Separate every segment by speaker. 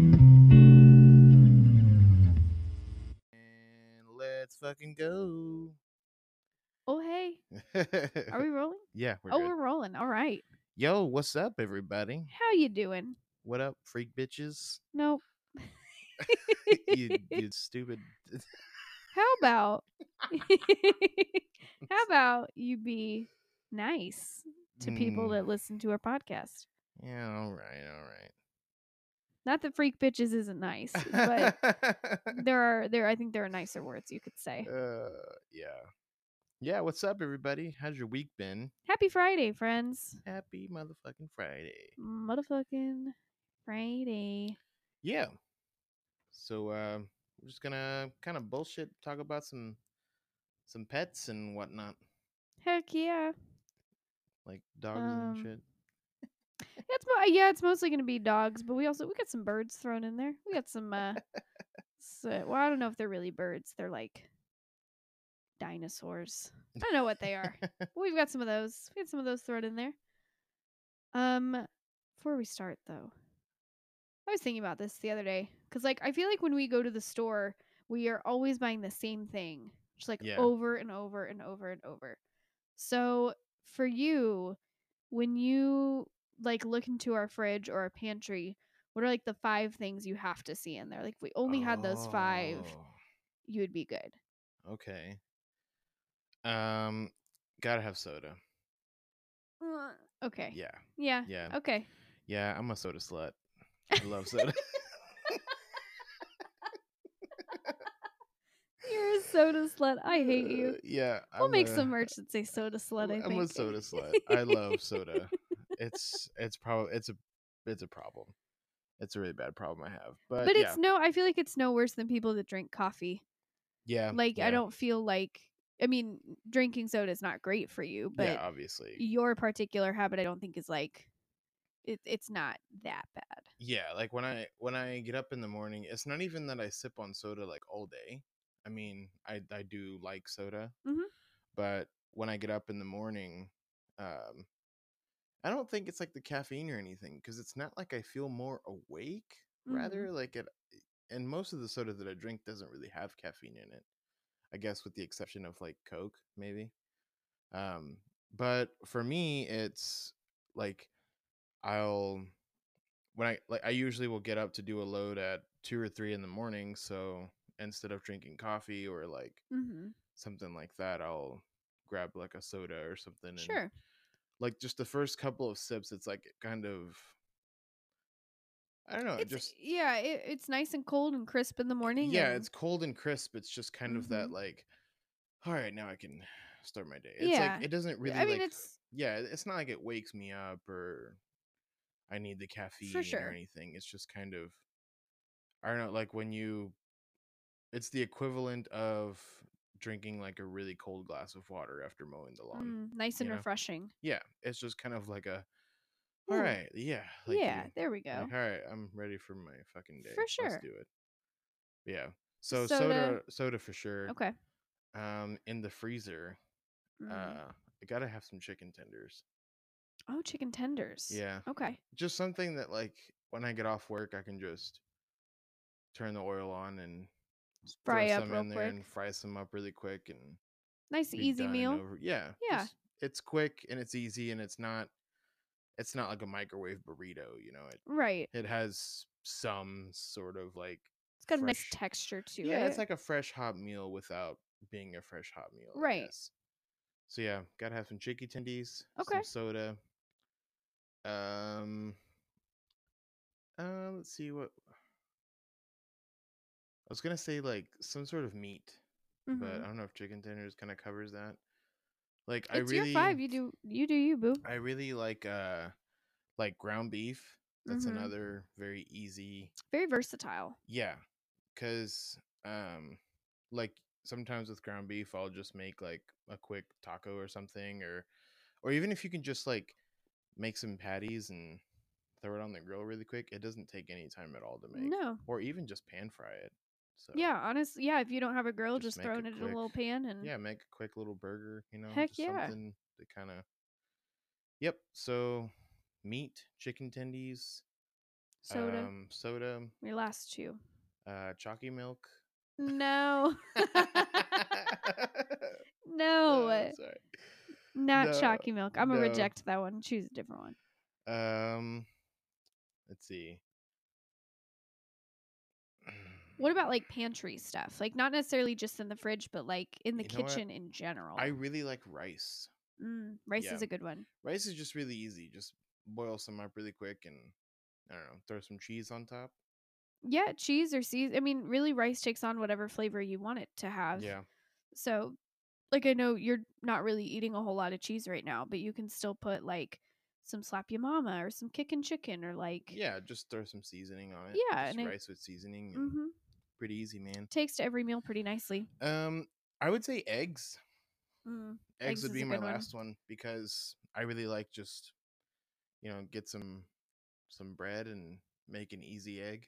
Speaker 1: Hello.
Speaker 2: Oh, hey. Are we rolling?
Speaker 1: yeah, we're
Speaker 2: oh,
Speaker 1: good.
Speaker 2: we're rolling. All right.
Speaker 1: Yo, what's up, everybody?
Speaker 2: How you doing?
Speaker 1: What up, freak bitches?
Speaker 2: Nope.
Speaker 1: You, you stupid.
Speaker 2: How about How about you be nice to people
Speaker 1: Mm,
Speaker 2: that listen to our podcast?
Speaker 1: Yeah, all right,
Speaker 2: Not that freak bitches isn't nice,
Speaker 1: all right.
Speaker 2: but there are there I think there are nicer words you could say.
Speaker 1: uh, yeah. Yeah, what's up, everybody? How's your week been?
Speaker 2: Happy Friday, friends.
Speaker 1: Happy motherfucking Friday.
Speaker 2: Motherfucking Friday.
Speaker 1: Yeah. So, uh, we're just gonna kind of bullshit talk about some some pets and whatnot,
Speaker 2: Heck yeah.
Speaker 1: like dogs
Speaker 2: Um,
Speaker 1: and shit.
Speaker 2: It's mo- yeah, it's mostly gonna be dogs, but we also we got some birds thrown in there. We got some uh, s- uh, well, I don't know if they're really birds. They're like dinosaurs. I don't know what they are. but We've got some of those. We got some of those thrown in there. Um, before we start though, I was thinking about this the other day because like I feel like when we go to the store, we are always buying the same thing, just like
Speaker 1: Yeah.
Speaker 2: over and over and over and over. So for you, when you like look into our fridge or our pantry, what are like the five things you have to see in there? Like if we only had those five,
Speaker 1: Oh.
Speaker 2: you would be good.
Speaker 1: Okay. Um, gotta have soda.
Speaker 2: Uh, Okay.
Speaker 1: Yeah,
Speaker 2: Yeah.
Speaker 1: yeah,
Speaker 2: Okay.
Speaker 1: yeah. I'm a soda slut. I love soda.
Speaker 2: You're a soda slut. I hate you.
Speaker 1: Uh, Yeah,
Speaker 2: We'll
Speaker 1: I'm
Speaker 2: make
Speaker 1: a-
Speaker 2: some merch that say soda slut. I
Speaker 1: I'm
Speaker 2: think.
Speaker 1: a soda slut. I love soda. It's it's probably it's a it's a problem. It's a really bad problem I have. But,
Speaker 2: But,
Speaker 1: yeah,
Speaker 2: it's no. I feel like it's no worse than people that drink coffee.
Speaker 1: yeah,
Speaker 2: Like
Speaker 1: yeah,
Speaker 2: I don't feel like. I mean, drinking soda is not great for you, but
Speaker 1: yeah, obviously,
Speaker 2: your particular habit, I don't think is like. It, it's not that bad.
Speaker 1: yeah. Like when I when I get up in the morning, it's not even that I sip on soda like all day. I mean, I I do like soda,
Speaker 2: Mhm.
Speaker 1: but when I get up in the morning, um, I don't think it's like the caffeine or anything because it's not like I feel more awake.
Speaker 2: Mhm.
Speaker 1: Rather, like it, and most of the soda that I drink doesn't really have caffeine in it. I guess with the exception of like Coke, maybe. Um, but for me, it's like I'll when I like I usually will get up to do a load at two or three in the morning. So instead of drinking coffee or like
Speaker 2: Mm-hmm.
Speaker 1: something like that, I'll grab like a soda or something. And
Speaker 2: Sure.
Speaker 1: Like just the first couple of sips, it's like kind of I don't know. it
Speaker 2: It's
Speaker 1: uh, just
Speaker 2: yeah. It, it's nice and cold and crisp in the morning.
Speaker 1: yeah,
Speaker 2: and-
Speaker 1: it's cold and crisp. It's just kind of that
Speaker 2: Mhm.
Speaker 1: like, all right, now I can start my day. It's
Speaker 2: Yeah.
Speaker 1: like it doesn't really.
Speaker 2: I mean,
Speaker 1: like,
Speaker 2: it's
Speaker 1: yeah, it- it's not like it wakes me up or I need the caffeine
Speaker 2: sure.
Speaker 1: or anything. It's just kind of I don't know, like when you it's the equivalent of drinking like a really cold glass of water after mowing the lawn.
Speaker 2: mm, nice and
Speaker 1: you know?
Speaker 2: refreshing.
Speaker 1: Yeah, it's just kind of like a all
Speaker 2: Ooh,
Speaker 1: right, yeah, like
Speaker 2: yeah.
Speaker 1: you-
Speaker 2: There we go.
Speaker 1: like all right, I'm ready for my fucking day.
Speaker 2: For sure.
Speaker 1: Let's do it. Yeah. So soda
Speaker 2: Soda-
Speaker 1: soda for sure.
Speaker 2: Okay.
Speaker 1: Um in the freezer,
Speaker 2: Mm.
Speaker 1: uh I got to have some chicken tenders.
Speaker 2: oh, chicken tenders.
Speaker 1: Yeah.
Speaker 2: Okay.
Speaker 1: just something that like when I get off work, I can just turn the oil on and s- throw
Speaker 2: Fry up
Speaker 1: some
Speaker 2: real
Speaker 1: in there
Speaker 2: quick.
Speaker 1: and fry some up really quick and
Speaker 2: Nice,
Speaker 1: be
Speaker 2: easy
Speaker 1: done and
Speaker 2: meal.
Speaker 1: over- Yeah,
Speaker 2: Yeah.
Speaker 1: just- it's quick and it's easy and it's not it's not like a microwave burrito. You know, it
Speaker 2: Right.
Speaker 1: it has some sort of like
Speaker 2: It's got a nice
Speaker 1: fresh-
Speaker 2: texture to it.
Speaker 1: yeah, it's like a fresh hot meal without being a fresh hot meal. I
Speaker 2: Right.
Speaker 1: guess. So yeah, gotta have some chicky tendies, some
Speaker 2: Okay.
Speaker 1: soda. Um, uh, let's see what I was gonna say, like some sort of meat, but
Speaker 2: Mhm.
Speaker 1: I don't know if chicken tenders kind of covers that. Like uh, I
Speaker 2: It's
Speaker 1: really,
Speaker 2: your five. You do you do you boo.
Speaker 1: I really like uh, like ground beef. That's
Speaker 2: Mhm.
Speaker 1: another very easy,
Speaker 2: Very versatile.
Speaker 1: yeah, because um, like sometimes with ground beef, I'll just make like a quick taco or something, or or even if you can just like make some patties and throw it on the grill really quick, it doesn't take any time at all to make.
Speaker 2: No.
Speaker 1: Or even just pan fry it. So
Speaker 2: Yeah. Honestly. Yeah. If you don't have a grill,
Speaker 1: Just
Speaker 2: just,
Speaker 1: make
Speaker 2: throw
Speaker 1: it
Speaker 2: it in a little
Speaker 1: quick.
Speaker 2: pan and
Speaker 1: Yeah, make a quick little burger, you know,
Speaker 2: Heck
Speaker 1: just
Speaker 2: yeah.
Speaker 1: something to kind of Yep. So meat, chicken tendies,
Speaker 2: soda.
Speaker 1: um soda,
Speaker 2: Your last two.
Speaker 1: uh chalky milk.
Speaker 2: No. Oh, Not
Speaker 1: No,
Speaker 2: Chalky Milk. I'm
Speaker 1: no.
Speaker 2: gonna reject that one. Choose a different one.
Speaker 1: Um, let's see.
Speaker 2: What about like pantry stuff? Like not necessarily just in the fridge, but like in the
Speaker 1: You know what?
Speaker 2: kitchen in general.
Speaker 1: I really like rice.
Speaker 2: mm, rice
Speaker 1: yeah.
Speaker 2: is a good one.
Speaker 1: Rice is just really easy. Just boil some up really quick and I don't know, throw some cheese on top.
Speaker 2: Yeah, cheese or seas. I mean, really, rice takes on whatever flavor you want it to have.
Speaker 1: Yeah.
Speaker 2: So, like, I know you're not really eating a whole lot of cheese right now, but you can still put like some slap your mama or some kickin' chicken or like
Speaker 1: Yeah, just throw some seasoning on it.
Speaker 2: Yeah,
Speaker 1: Just
Speaker 2: and it-
Speaker 1: rice with seasoning. and
Speaker 2: hmm
Speaker 1: Pretty easy, man.
Speaker 2: takes to every meal pretty nicely.
Speaker 1: Um, I would say eggs.
Speaker 2: Mm.
Speaker 1: eggs
Speaker 2: Eggs
Speaker 1: would
Speaker 2: is
Speaker 1: be
Speaker 2: a
Speaker 1: my
Speaker 2: good one.
Speaker 1: last one because I really like just you know get some some bread and make an easy egg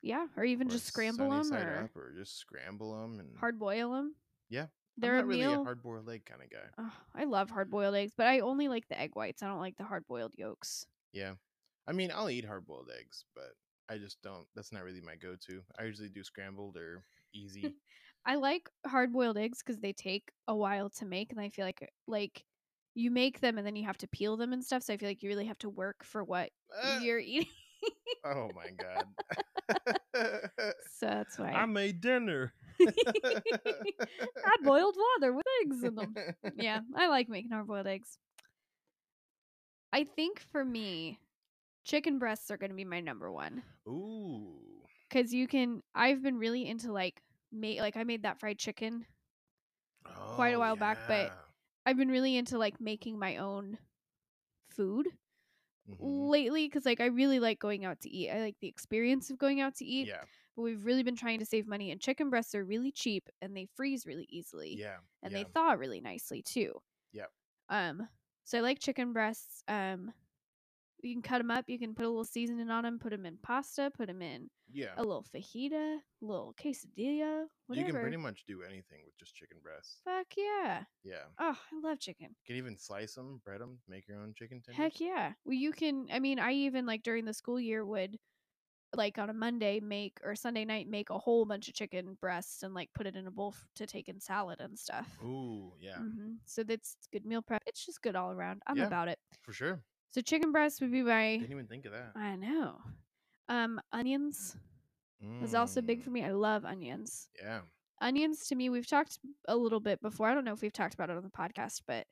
Speaker 2: Yeah, or even
Speaker 1: or
Speaker 2: just scramble
Speaker 1: sunny
Speaker 2: them
Speaker 1: side
Speaker 2: or
Speaker 1: up or just scramble them and
Speaker 2: hard boil them.
Speaker 1: Yeah,
Speaker 2: they're
Speaker 1: I'm not
Speaker 2: a
Speaker 1: really
Speaker 2: meal.
Speaker 1: a hard boiled egg kind of guy.
Speaker 2: Ugh, I love hard boiled eggs, but I only like the egg whites. I don't like the hard boiled yolks.
Speaker 1: Yeah. I mean, I'll eat hard boiled eggs, but I just don't that's not really my go-to. I usually do scrambled or easy.
Speaker 2: I like hard boiled eggs because they take a while to make, and I feel like like you make them and then you have to peel them and stuff. So I feel like you really have to work for what
Speaker 1: Uh,
Speaker 2: you're eating.
Speaker 1: oh my god.
Speaker 2: So that's why
Speaker 1: I made dinner.
Speaker 2: I boiled water with eggs in them. yeah, I like making hard boiled eggs. I think for me, chicken breasts are going to be my number one
Speaker 1: Ooh.
Speaker 2: because you can. I've been really into like made like I made that fried chicken. a
Speaker 1: Oh,
Speaker 2: while back, but
Speaker 1: yeah.
Speaker 2: I've been really into like making my own food
Speaker 1: Mhm.
Speaker 2: lately because like I really like going out to eat. I like the experience of going out to eat.
Speaker 1: Yeah.
Speaker 2: But we've really been trying to save money, and chicken breasts are really cheap and they freeze really easily.
Speaker 1: Yeah.
Speaker 2: and
Speaker 1: yeah.
Speaker 2: they thaw really nicely too.
Speaker 1: Yep.
Speaker 2: Um, so I like chicken breasts. Um, you can cut them up. You can put a little seasoning on them. Put them in pasta. Put them in
Speaker 1: yeah.
Speaker 2: a little fajita, little quesadilla, oh, whatever.
Speaker 1: You can pretty much do anything with just chicken breasts.
Speaker 2: Fuck yeah!
Speaker 1: Yeah.
Speaker 2: Oh, I love chicken.
Speaker 1: You can even slice them, bread them, make your own chicken tenders.
Speaker 2: Heck yeah! Well, you can. I mean, I even like during the school year would like on a Monday make or Sunday night make a whole bunch of chicken breasts and like put it in a bowl f- to take in salad and stuff.
Speaker 1: Ooh, yeah.
Speaker 2: hmm So that's good meal prep. It's just good all around. I'm
Speaker 1: Yeah.
Speaker 2: about it.
Speaker 1: For sure.
Speaker 2: So chicken breast would be my.
Speaker 1: Didn't even think of that.
Speaker 2: I know. Um, onions was also big for
Speaker 1: Mm,
Speaker 2: me. I love onions.
Speaker 1: Yeah.
Speaker 2: Onions to me, we've talked a little bit before. I don't know if we've talked about it on the podcast, but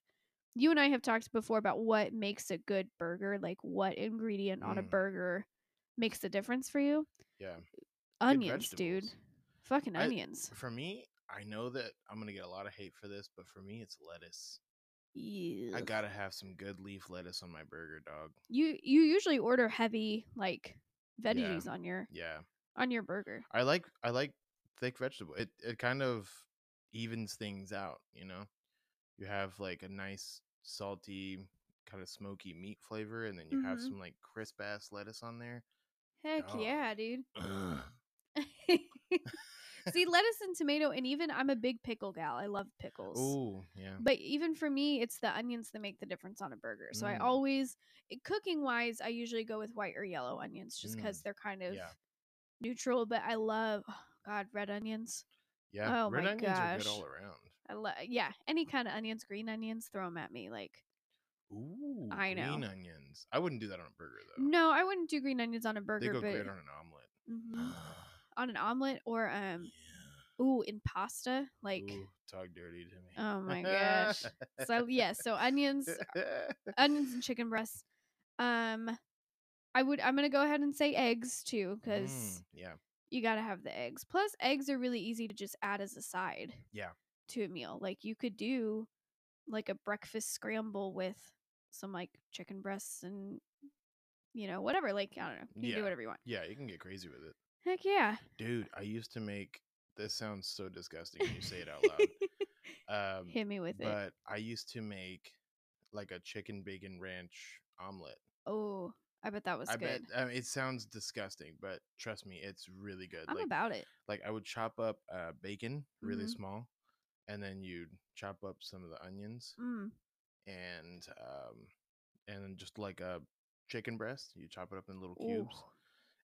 Speaker 2: you and I have talked before about what makes a good burger, like what ingredient on a
Speaker 1: Mm.
Speaker 2: burger makes the difference for you.
Speaker 1: Yeah.
Speaker 2: Onions, dude.
Speaker 1: vegetables.
Speaker 2: Fucking
Speaker 1: I-
Speaker 2: onions.
Speaker 1: For me, I know that I'm going to get a lot of hate for this, but for me, it's lettuce. I
Speaker 2: Ugh.
Speaker 1: got to have some good leaf lettuce on my burger, dog.
Speaker 2: you you usually order heavy like veggies on your
Speaker 1: Yeah.
Speaker 2: on your burger.
Speaker 1: I like I like thick vegetable. It it kind of evens things out, you know. You have like a nice salty kind of smoky meat flavor and then you have
Speaker 2: Mhm.
Speaker 1: some like crisp ass lettuce on there.
Speaker 2: Heck
Speaker 1: Oh.
Speaker 2: yeah, dude.
Speaker 1: Ugh.
Speaker 2: See, lettuce and tomato, and even I'm a big pickle gal. I love pickles.
Speaker 1: Ooh, yeah.
Speaker 2: But even for me, it's the onions that make the difference on a burger. So I
Speaker 1: Mm.
Speaker 2: always, eh, cooking wise, I usually go with white or yellow onions just because they're kind of
Speaker 1: Mm. Yeah.
Speaker 2: neutral. But I love, oh God, red onions.
Speaker 1: Yeah.
Speaker 2: Oh
Speaker 1: Red
Speaker 2: my
Speaker 1: onions are
Speaker 2: gosh.
Speaker 1: good all around.
Speaker 2: I love, yeah,
Speaker 1: Mm.
Speaker 2: any kind of onions, green onions, throw them at me. Like,
Speaker 1: Ooh,
Speaker 2: I
Speaker 1: green
Speaker 2: know.
Speaker 1: onions. I wouldn't do that on a burger though.
Speaker 2: no, I wouldn't do green onions on a
Speaker 1: they
Speaker 2: burger,
Speaker 1: go
Speaker 2: but
Speaker 1: great on an omelet.
Speaker 2: Mhm. on an omelet or um, ooh, in pasta, like.
Speaker 1: Ooh, talk dirty to me.
Speaker 2: Oh my gosh. So yeah, so onions onions and chicken breasts. Um, I would. I'm gonna go ahead and say eggs too, because
Speaker 1: Mm, yeah.
Speaker 2: you gotta have the eggs. Plus, eggs are really easy to just add as a side.
Speaker 1: Yeah.
Speaker 2: To a meal, like you could do, like a breakfast scramble with some like chicken breasts and, you know, whatever. Like I don't know, you can
Speaker 1: Yeah.
Speaker 2: do whatever you want.
Speaker 1: Yeah, you can get crazy with it.
Speaker 2: Heck yeah.
Speaker 1: Dude, I used to make this sounds so disgusting when you say it out loud. Um
Speaker 2: Hit me with it.
Speaker 1: but I used to make like a chicken bacon ranch omelet.
Speaker 2: Oh, I bet that was
Speaker 1: I
Speaker 2: good.
Speaker 1: bet I mean, it sounds disgusting, but trust me, it's really good.
Speaker 2: I'm
Speaker 1: like
Speaker 2: about it.
Speaker 1: like I would chop up uh bacon really
Speaker 2: Mhm.
Speaker 1: small and then you'd chop up some of the onions
Speaker 2: Mm.
Speaker 1: and um and then just like a chicken breast, you chop it up in little
Speaker 2: Ooh.
Speaker 1: cubes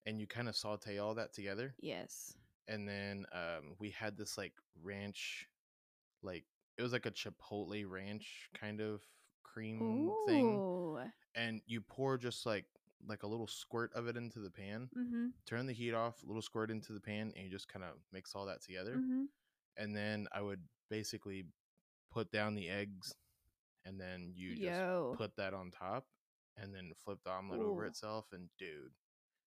Speaker 1: and you kind of saute all that together
Speaker 2: Yes.
Speaker 1: and then um we had this like ranch like it was like a chipotle ranch kind of cream thing
Speaker 2: Ooh.
Speaker 1: and you pour just like like a little squirt of it into the pan
Speaker 2: Mm-hmm.
Speaker 1: turn the heat off little squirt into the pan and you just kind of mix all that together
Speaker 2: Mm-hmm.
Speaker 1: and then i would basically put down the eggs and then you just
Speaker 2: Yo.
Speaker 1: put that on top and then flip the omelet over
Speaker 2: Ooh.
Speaker 1: itself and dude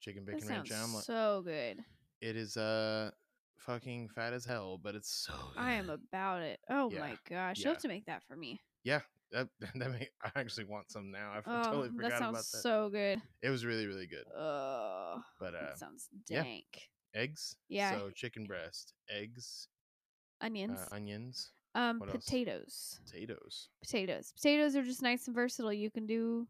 Speaker 1: chicken
Speaker 2: that
Speaker 1: bacon ranch
Speaker 2: sounds
Speaker 1: omelet
Speaker 2: so good.
Speaker 1: it is uh fucking fat as hell but it's so
Speaker 2: I am
Speaker 1: good.
Speaker 2: about it. Oh
Speaker 1: Yeah.
Speaker 2: my gosh. You'll
Speaker 1: Yeah.
Speaker 2: have to make that for me.
Speaker 1: that, that may, i actually want some now i f-
Speaker 2: Oh,
Speaker 1: totally
Speaker 2: that
Speaker 1: forgot
Speaker 2: sounds
Speaker 1: about that
Speaker 2: so good.
Speaker 1: it was really really good
Speaker 2: Oh,
Speaker 1: but uh
Speaker 2: that sounds
Speaker 1: yeah.
Speaker 2: dank.
Speaker 1: eggs
Speaker 2: Yeah.
Speaker 1: so chicken breast eggs uh,
Speaker 2: Onions,
Speaker 1: onions
Speaker 2: um,
Speaker 1: what else?
Speaker 2: potatoes,
Speaker 1: potatoes
Speaker 2: potatoes. Potatoes are just nice and versatile. You can do,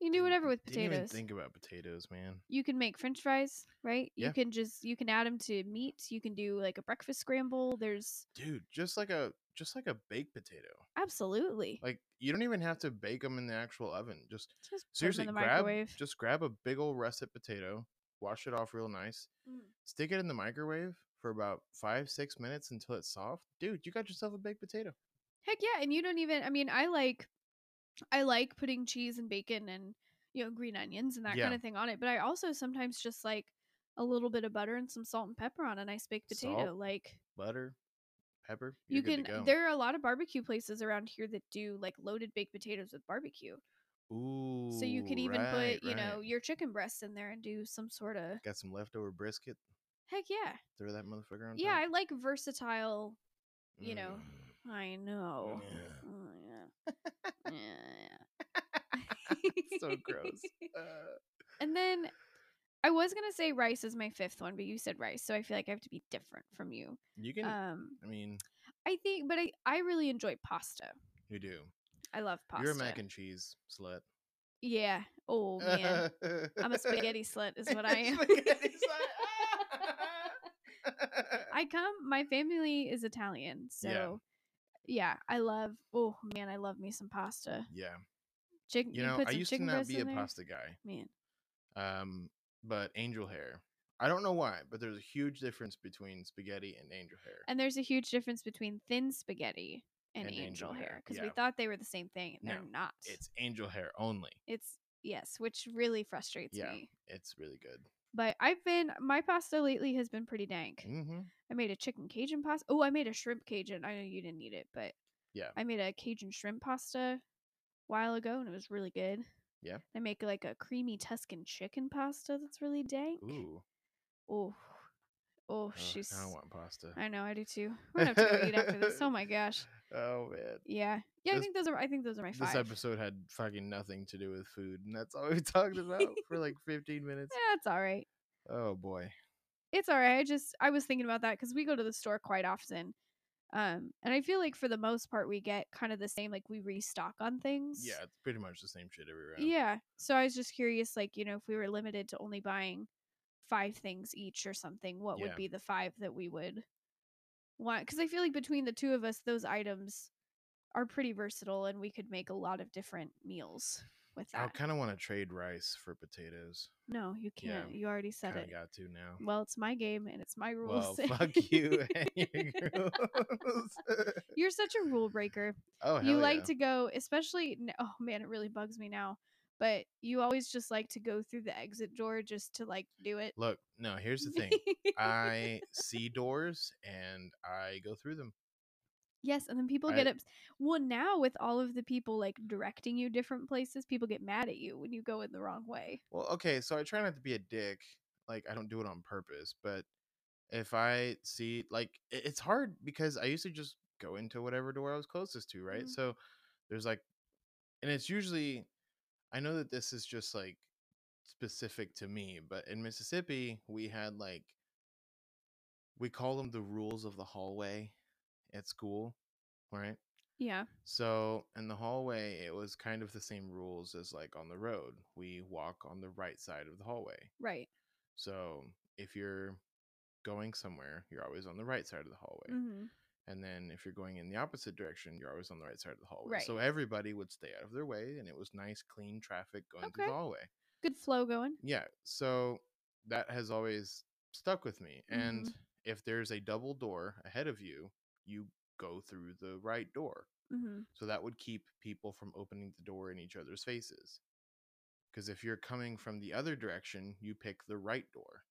Speaker 2: you can do
Speaker 1: Didn't-
Speaker 2: whatever with
Speaker 1: didn't even
Speaker 2: potatoes.
Speaker 1: think about potatoes man
Speaker 2: you can make French fries, right?
Speaker 1: Yeah.
Speaker 2: You can just you can add them to meat. You can do like a breakfast scramble. There's
Speaker 1: dude just like a just like a baked potato
Speaker 2: absolutely
Speaker 1: like you don't even have to bake them in the actual oven just
Speaker 2: just put 'em
Speaker 1: seriously
Speaker 2: in the
Speaker 1: grab
Speaker 2: microwave.
Speaker 1: just grab a big old russet potato wash it off real nice
Speaker 2: Mm.
Speaker 1: stick it in the microwave for about five six minutes until it's soft dude you got yourself a baked potato
Speaker 2: Heck yeah, and you don't even I mean, I like I like putting cheese and bacon and you know, green onions and that
Speaker 1: Yeah.
Speaker 2: kind of thing on it, but I also sometimes just like a little bit of butter and some salt and pepper on a nice baked potato.
Speaker 1: Salt,
Speaker 2: Like
Speaker 1: butter pepper
Speaker 2: you
Speaker 1: you're good to
Speaker 2: can
Speaker 1: go.
Speaker 2: there are a lot of barbecue places around here that do like loaded baked potatoes with barbecue.
Speaker 1: Ooh,
Speaker 2: so you could even
Speaker 1: right,
Speaker 2: put, you know,
Speaker 1: right.
Speaker 2: your chicken breast in there and do some sort of
Speaker 1: got some leftover brisket
Speaker 2: Heck yeah.
Speaker 1: throw that motherfucker on
Speaker 2: Yeah,
Speaker 1: top.
Speaker 2: I like versatile you know.
Speaker 1: Mm.
Speaker 2: I know.
Speaker 1: Yeah.
Speaker 2: Oh, yeah. yeah. yeah.
Speaker 1: so gross Uh,
Speaker 2: And then I was gonna say rice is my fifth one, but you said rice, so I feel like I have to be different from you.
Speaker 1: you can
Speaker 2: Um,
Speaker 1: i mean
Speaker 2: I think, but I I really enjoy pasta.
Speaker 1: you do
Speaker 2: I love pasta.
Speaker 1: you're a mac and cheese slut
Speaker 2: yeah. Oh man, I'm a spaghetti slut, is what I am.
Speaker 1: Spaghetti slut.
Speaker 2: I come. My family is Italian, so
Speaker 1: Yeah.
Speaker 2: yeah, I love. Oh man, I love me some pasta.
Speaker 1: yeah
Speaker 2: Chicken.
Speaker 1: you know
Speaker 2: put
Speaker 1: i
Speaker 2: some
Speaker 1: used to
Speaker 2: chicken
Speaker 1: not
Speaker 2: breast
Speaker 1: be a
Speaker 2: in there?
Speaker 1: pasta guy
Speaker 2: Man,
Speaker 1: um but angel hair i don't know why but there's a huge difference between spaghetti and angel hair
Speaker 2: And there's a huge difference between thin spaghetti and,
Speaker 1: And
Speaker 2: angel,
Speaker 1: angel hair,
Speaker 2: hair because we
Speaker 1: yeah.
Speaker 2: thought they were the same thing. And
Speaker 1: No,
Speaker 2: they're not.
Speaker 1: it's angel hair only
Speaker 2: It's- yes, which really frustrates
Speaker 1: Yeah.
Speaker 2: me.
Speaker 1: it's really good
Speaker 2: But I've been my pasta lately has been pretty dank.
Speaker 1: mm-hmm.
Speaker 2: I made a chicken Cajun pasta. Oh, I made a shrimp Cajun. I know you didn't eat it, but
Speaker 1: Yeah.
Speaker 2: I made a Cajun shrimp pasta while ago and it was really good.
Speaker 1: Yeah.
Speaker 2: I make like a creamy Tuscan chicken pasta that's really dank.
Speaker 1: ooh
Speaker 2: Oh, oh,
Speaker 1: ugh,
Speaker 2: she's.
Speaker 1: i don't want pasta
Speaker 2: I know, I do too. We're gonna have to go eat after this. Oh my gosh.
Speaker 1: oh man
Speaker 2: Yeah. Yeah, I
Speaker 1: This-
Speaker 2: think those are I think those are my five.
Speaker 1: this episode had fucking nothing to do with food and that's all we talked about for like 15 minutes
Speaker 2: Yeah, it's all right.
Speaker 1: oh boy
Speaker 2: It's all right. I just I was thinking about that because we go to the store quite often. Um, and I feel like for the most part we get kind of the same, like we restock on things.
Speaker 1: yeah it's pretty much the same shit everywhere
Speaker 2: Yeah. So I was just curious, like, you know, if we were limited to only buying five things each or something, what
Speaker 1: Yeah.
Speaker 2: would be the five that we would want? Because I feel like between the two of us, those items are pretty versatile and we could make a lot of different meals with
Speaker 1: i
Speaker 2: that.
Speaker 1: kind of want to trade rice for potatoes
Speaker 2: No, you
Speaker 1: Yeah,
Speaker 2: can't. You already said
Speaker 1: kind
Speaker 2: it.
Speaker 1: of got to now
Speaker 2: Well, it's my game and it's my
Speaker 1: Well,
Speaker 2: rules.
Speaker 1: fuck you and your girls.
Speaker 2: You're such a rule breaker.
Speaker 1: oh, hell
Speaker 2: you like
Speaker 1: yeah.
Speaker 2: to go, especially. n- Oh man, it really bugs me now. But you always just like to go through the exit door just to like do it.
Speaker 1: look. No, here's the thing. I see doors and I go through them.
Speaker 2: yes, and then people get
Speaker 1: I-
Speaker 2: up. Well, now with all of the people like directing you different places, people get mad at you when you go in the wrong way.
Speaker 1: Well, okay, so I try not to be a dick. Like I don't do it on purpose, but if I see like i- it's hard because I used to just go into whatever door I was closest to, right?
Speaker 2: Mhm.
Speaker 1: So there's like and it's usually I know that this is just like specific to me, but in Mississippi, we had like we call them the rules of the hallway at school, right?
Speaker 2: Yeah.
Speaker 1: So in the hallway, it was kind of the same rules as like on the road. We walk on the right side of the hallway.
Speaker 2: Right.
Speaker 1: So if you're going somewhere, you're always on the right side of the hallway.
Speaker 2: hmm
Speaker 1: And then if you're going in the opposite direction, you're always on the right side of the hallway.
Speaker 2: Right.
Speaker 1: So everybody would stay out of their way and it was nice, clean traffic going through
Speaker 2: Okay.
Speaker 1: the hallway.
Speaker 2: Good flow going.
Speaker 1: Yeah. So that has
Speaker 2: Mm-hmm.
Speaker 1: always stuck with me. And if there's a double door ahead of you, you go through the right door.
Speaker 2: Mm-hmm.
Speaker 1: So that would keep people from opening the door in each other's faces. Because if you're coming from the other direction, you pick the right door.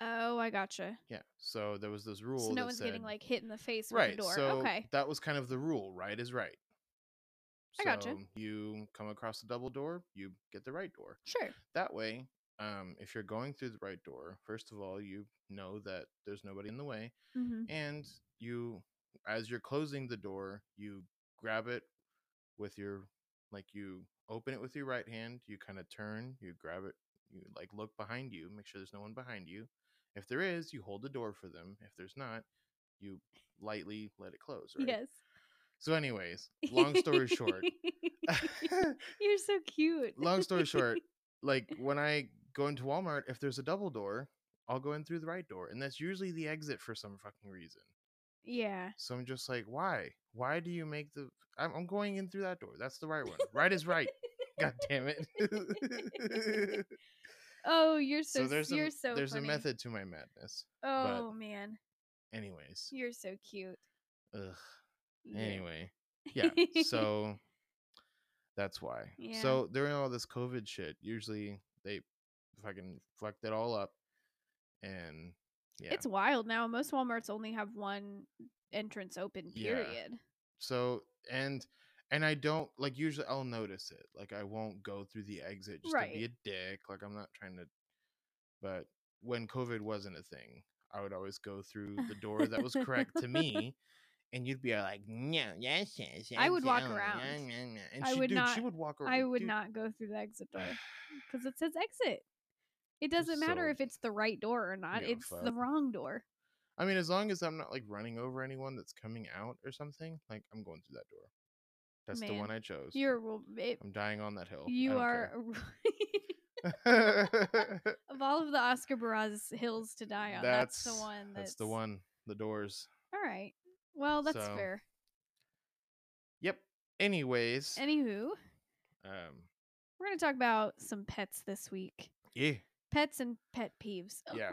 Speaker 2: Oh, I gotcha.
Speaker 1: Yeah. So there was this rule.
Speaker 2: so no
Speaker 1: that
Speaker 2: one's
Speaker 1: said,
Speaker 2: getting like hit in the face
Speaker 1: right.
Speaker 2: with a door.
Speaker 1: So
Speaker 2: okay.
Speaker 1: that was kind of the rule. Right is right.
Speaker 2: I gotcha.
Speaker 1: So You come across the double door, you get the right door.
Speaker 2: Sure.
Speaker 1: That way, um, if you're going through the right door, first of all, you know that there's nobody in the way,
Speaker 2: Mm-hmm.
Speaker 1: and you, as you're closing the door, you grab it with your, like you open it with your right hand. You kind of turn, you grab it, you like look behind you, make sure there's no one behind you. If there is, you hold the door for them. If there's not, you lightly let it close. Right?
Speaker 2: Yes.
Speaker 1: So, anyways, long story short.
Speaker 2: You're so cute.
Speaker 1: long story short, like when I go into Walmart, if there's a double door, I'll go in through the right door, and that's usually the exit for some fucking reason.
Speaker 2: yeah.
Speaker 1: So I'm just like, why? Why do you make the? I'm, I'm going in through that door. That's the right one. Right is right. God damn it.
Speaker 2: Oh, you're so,
Speaker 1: so there's
Speaker 2: you're
Speaker 1: a
Speaker 2: so
Speaker 1: there's
Speaker 2: funny.
Speaker 1: a method to my madness.
Speaker 2: Oh man,
Speaker 1: Anyways,
Speaker 2: you're so cute.
Speaker 1: ugh.
Speaker 2: Yeah.
Speaker 1: Anyway, yeah. So that's why.
Speaker 2: Yeah.
Speaker 1: So during all this COVID shit, usually they fucking fucked it all up, and yeah.
Speaker 2: It's wild now. Most Walmarts only have one entrance open,
Speaker 1: Yeah.
Speaker 2: period.
Speaker 1: so and and I don't like usually I'll notice it. Like I won't go through the exit just to be a
Speaker 2: Right.
Speaker 1: dick. Like I'm not trying to. But when COVID wasn't a thing, I would always go through the door that was correct to me. And you'd be like, no, yes, yes, yes.
Speaker 2: I would walk
Speaker 1: no,
Speaker 2: around.
Speaker 1: yeah, yeah, yeah." And
Speaker 2: I
Speaker 1: she,
Speaker 2: would
Speaker 1: dude, she
Speaker 2: not-
Speaker 1: would walk around.
Speaker 2: I would
Speaker 1: dude,
Speaker 2: not go through the exit door because it says exit. It doesn't matter
Speaker 1: so-
Speaker 2: if it's the right door or not.
Speaker 1: give a
Speaker 2: It's the
Speaker 1: fuck.
Speaker 2: wrong door.
Speaker 1: I mean, as long as I'm not like running over anyone that's coming out or something, like I'm going through that door. That's the
Speaker 2: Man,
Speaker 1: one I chose.
Speaker 2: You're a ro- it,
Speaker 1: I'm dying on that hill. I
Speaker 2: you
Speaker 1: don't
Speaker 2: are
Speaker 1: care.
Speaker 2: a ro- of all of the Oscar Baraz hills to die on. That's, the one. That's,
Speaker 1: That's the one. The doors.
Speaker 2: All right. Well, that's
Speaker 1: So-
Speaker 2: fair.
Speaker 1: Yep. Anyways,
Speaker 2: Anywho,
Speaker 1: um,
Speaker 2: we're gonna talk about some pets this week.
Speaker 1: yeah,
Speaker 2: Pets and pet peeves.
Speaker 1: Yeah.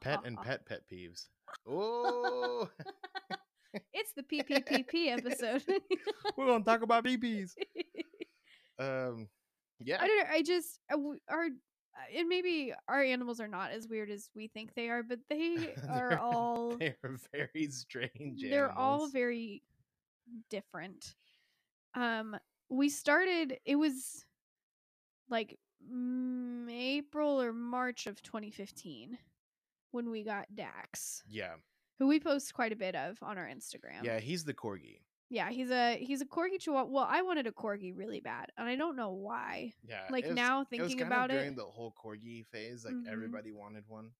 Speaker 1: pet and
Speaker 2: uh-huh.
Speaker 1: pet pet peeves. Oh,
Speaker 2: It's the PPPP episode.
Speaker 1: we're gonna talk about BPs. Um, yeah,
Speaker 2: I don't know. I just I w- our uh, and maybe our animals are not as weird as we think they are, but they are
Speaker 1: They're-
Speaker 2: all
Speaker 1: they are very strange.
Speaker 2: they're all
Speaker 1: animals.
Speaker 2: very different. Um, we started. It was like mm, April or March of 2015 when we got Dax,
Speaker 1: yeah,
Speaker 2: who we post quite a bit of on our Instagram.
Speaker 1: yeah. He's the corgi.
Speaker 2: Yeah, he's a he's a corgi chihuahua. Well, I wanted a corgi really bad, and I don't know why.
Speaker 1: Yeah,
Speaker 2: Like
Speaker 1: it was-
Speaker 2: now
Speaker 1: it was
Speaker 2: thinking
Speaker 1: kind
Speaker 2: about
Speaker 1: of during
Speaker 2: it,
Speaker 1: the whole corgi phase. Like
Speaker 2: Mhm.
Speaker 1: everybody wanted one.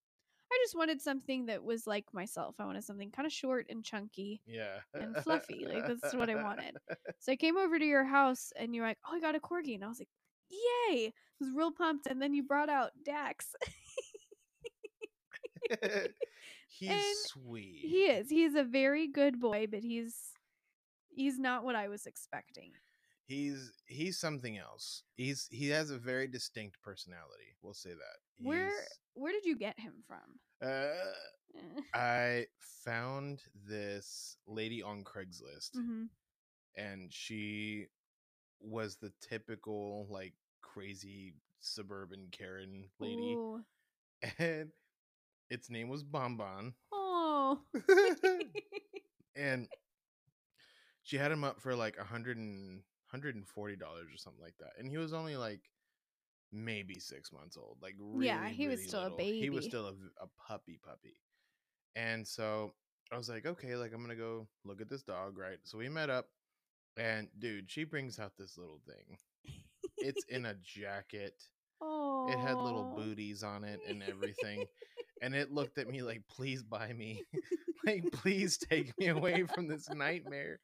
Speaker 2: I just wanted something that was like myself. I wanted something kind of short and chunky
Speaker 1: Yeah,
Speaker 2: and fluffy. like that's what I wanted. So I came over to your house, and you're like, "Oh, I got a corgi," and I was like, "Yay!" I was real pumped. And then you brought out Dax.
Speaker 1: He's
Speaker 2: And
Speaker 1: sweet.
Speaker 2: he is. He's a very good boy, but he's he's not what I was expecting.
Speaker 1: He's he's something else. He's he has a very distinct personality. We'll say that.
Speaker 2: Where
Speaker 1: He's-
Speaker 2: where did you get him from?
Speaker 1: uh,
Speaker 2: Eh.
Speaker 1: I found this lady on Craigslist,
Speaker 2: Mhm.
Speaker 1: and she was the typical like crazy suburban Karen lady,
Speaker 2: mm-hmm. Ooh.
Speaker 1: and its name was Bonbon,
Speaker 2: Oh.
Speaker 1: and she had him up for like a hundred and hundred and forty dollars or something like that, and he was only like maybe six months old, like really,
Speaker 2: Yeah, he was
Speaker 1: really
Speaker 2: still a
Speaker 1: little. He was
Speaker 2: baby.
Speaker 1: still a, v- a puppy, puppy, and so I was like, okay, like I'm gonna go look at this dog, right? So we met up, and dude, she brings out this little thing. It's in a jacket.
Speaker 2: oh.
Speaker 1: It had little booties on it and everything. and it looked at me like, please buy me. like, please take me away from this nightmare.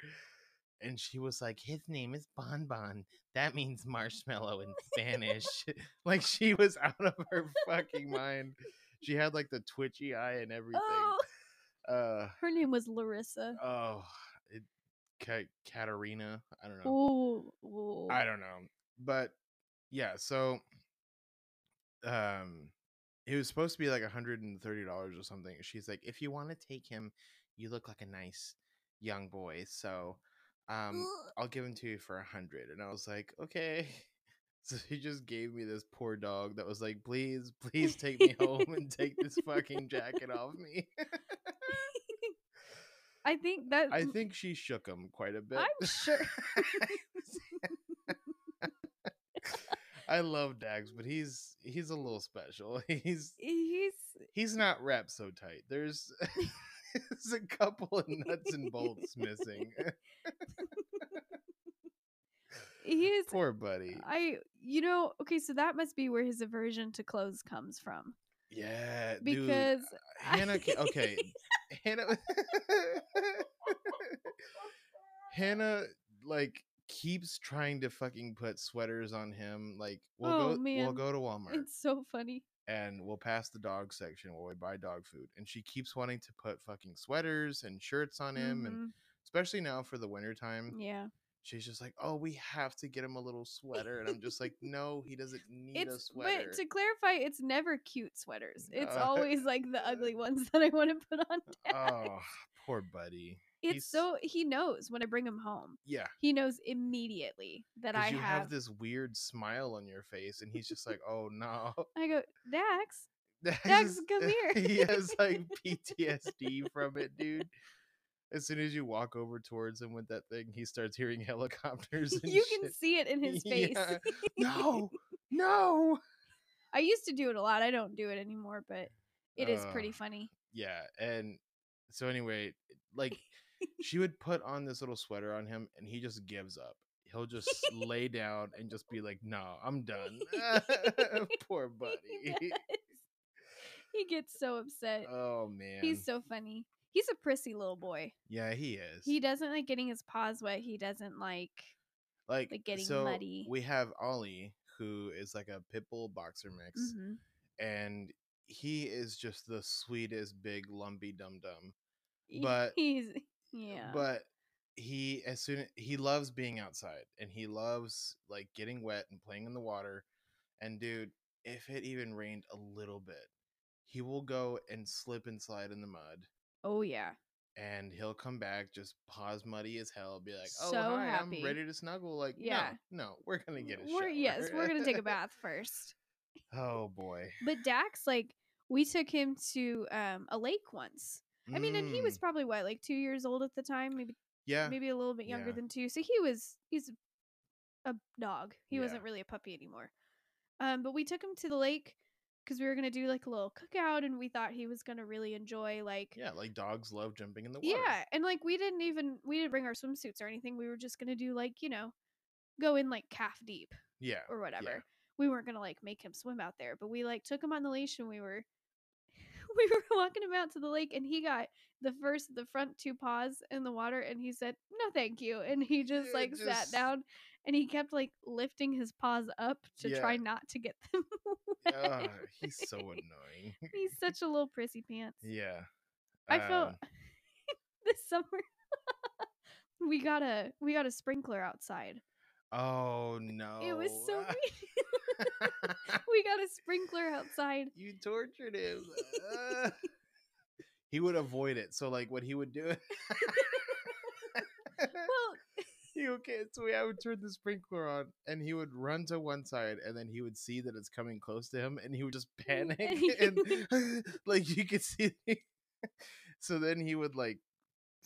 Speaker 1: And she was like, his name is Bon Bon. That means marshmallow in Spanish. like, she was out of her fucking mind. She had like the twitchy eye and everything.
Speaker 2: Oh.
Speaker 1: Uh,
Speaker 2: Her name was Larissa.
Speaker 1: oh, it, Ka- Katerina. I don't know.
Speaker 2: Oh. oh.
Speaker 1: Uh-huh. I don't know. But yeah, so um it was supposed to be like $130 or something. She's like, if you want to take him, you look like a nice young boy, so um, I'll give him to you for a hundred. And I was like, okay. So he just gave me this poor dog that was like, please, please take me home and take this fucking jacket off me.
Speaker 2: I think that
Speaker 1: I think she shook him quite a bit.
Speaker 2: Mm. I'm sure.
Speaker 1: I love Dax, but he's he's a little special. He's
Speaker 2: he's
Speaker 1: he's not wrapped so tight. There's there's a couple of nuts and bolts missing.
Speaker 2: he is
Speaker 1: Poor buddy.
Speaker 2: I you know, okay, so that must be where his aversion to clothes comes from.
Speaker 1: Yeah, Uh, dude,
Speaker 2: Because
Speaker 1: Hannah. ca- Okay, Hannah. Hannah like keeps trying to fucking put sweaters on him. Like we'll
Speaker 2: Oh,
Speaker 1: go we'll
Speaker 2: man.
Speaker 1: go to Walmart
Speaker 2: it's so funny.
Speaker 1: and we'll pass the dog section where we buy dog food, and she keeps wanting to put fucking sweaters and shirts on him,
Speaker 2: Mm-hmm.
Speaker 1: and especially now for the winter time.
Speaker 2: Mhm. Yeah.
Speaker 1: She's just like, "Oh, we have to get him a little sweater," and I'm just like, "No, he doesn't need a
Speaker 2: It's
Speaker 1: sweater."
Speaker 2: but to clarify, it's never cute sweaters. It's
Speaker 1: No.
Speaker 2: always like the ugly ones that I want to put on. Dad.
Speaker 1: oh, poor buddy.
Speaker 2: it's
Speaker 1: he's-
Speaker 2: so he knows when I bring him home.
Speaker 1: Yeah,
Speaker 2: He knows immediately that I
Speaker 1: because you
Speaker 2: have,
Speaker 1: have this weird smile on your face, and he's just like, "Oh no."
Speaker 2: I go, Dax,
Speaker 1: Dax,
Speaker 2: Dax,
Speaker 1: is-
Speaker 2: come here.
Speaker 1: he has like PTSD from it, dude. As soon as you walk over towards him with that thing, he starts hearing helicopters. And
Speaker 2: you can
Speaker 1: shit.
Speaker 2: see it in his face.
Speaker 1: Yeah. No, no.
Speaker 2: I used to do it a lot. I don't do it anymore, but it is pretty
Speaker 1: Ugh.
Speaker 2: funny.
Speaker 1: Yeah, and so anyway, like she would put on this little sweater on him, and he just gives up. He'll just lay down and just be like, "No, I'm done." Poor
Speaker 2: He,
Speaker 1: buddy.
Speaker 2: does. He gets so upset.
Speaker 1: Oh man.
Speaker 2: He's so funny. He's a prissy little boy.
Speaker 1: yeah, he is.
Speaker 2: He doesn't like getting his paws wet. He doesn't like.
Speaker 1: like
Speaker 2: like, getting
Speaker 1: so
Speaker 2: muddy.
Speaker 1: We have Ollie, who is like a pit bull boxer mix,
Speaker 2: Mhm.
Speaker 1: and he is just the sweetest big lumpy dum dum.
Speaker 2: He-
Speaker 1: But- uh,
Speaker 2: he's yeah.
Speaker 1: But he as soon he loves being outside and he loves like getting wet and playing in the water. And dude, if it even rained a little bit, he will go and slip and slide in the mud.
Speaker 2: oh yeah.
Speaker 1: And he'll come back just paws muddy as hell, be like, "Oh,
Speaker 2: So
Speaker 1: hi,
Speaker 2: happy.
Speaker 1: I'm ready to snuggle." Like,
Speaker 2: Yeah.
Speaker 1: no, no, we're gonna get a
Speaker 2: We're-
Speaker 1: shower.
Speaker 2: yes, we're gonna take a bath first.
Speaker 1: Oh boy.
Speaker 2: But Dax, like, we took him to um a lake once. I mean, and he was
Speaker 1: Mm,
Speaker 2: probably what, like two years old at the time, maybe
Speaker 1: yeah.
Speaker 2: maybe a little bit younger
Speaker 1: Yeah.
Speaker 2: than two. So he was he's a dog. He
Speaker 1: Yeah.
Speaker 2: wasn't really a puppy anymore. Um, but we took him to the lake because we were gonna do like a little cookout, and we thought he was gonna really enjoy like
Speaker 1: Yeah, like dogs love jumping in the water.
Speaker 2: yeah, and like we didn't even we didn't bring our swimsuits or anything. We were just gonna do like you know go in like calf deep
Speaker 1: Yeah.
Speaker 2: or whatever. We weren't gonna like make him swim out there, but we like took him on the leash and we were we were walking him out to the lake and he got the first the front two paws in the water and he said, No thank you and he just
Speaker 1: Yeah,
Speaker 2: like sat
Speaker 1: just-
Speaker 2: down and he kept like lifting his paws up to
Speaker 1: Yeah.
Speaker 2: try not to get them wet.
Speaker 1: Ah, he's so annoying.
Speaker 2: He's such a little prissy pants.
Speaker 1: yeah.
Speaker 2: I felt
Speaker 1: Um,
Speaker 2: this summer we got a we got a sprinkler outside.
Speaker 1: Oh uh no.
Speaker 2: It was so weird. we got a sprinkler outside.
Speaker 1: you tortured him. Ah. he would avoid it. So like what he would do
Speaker 2: Well,
Speaker 1: You okay? So we, I would turn the sprinkler on, and he would run to one side, and then he would see that it's coming close to him, and he would just
Speaker 2: Mm, And
Speaker 1: panic,
Speaker 2: he
Speaker 1: and like you could see. so then he would like,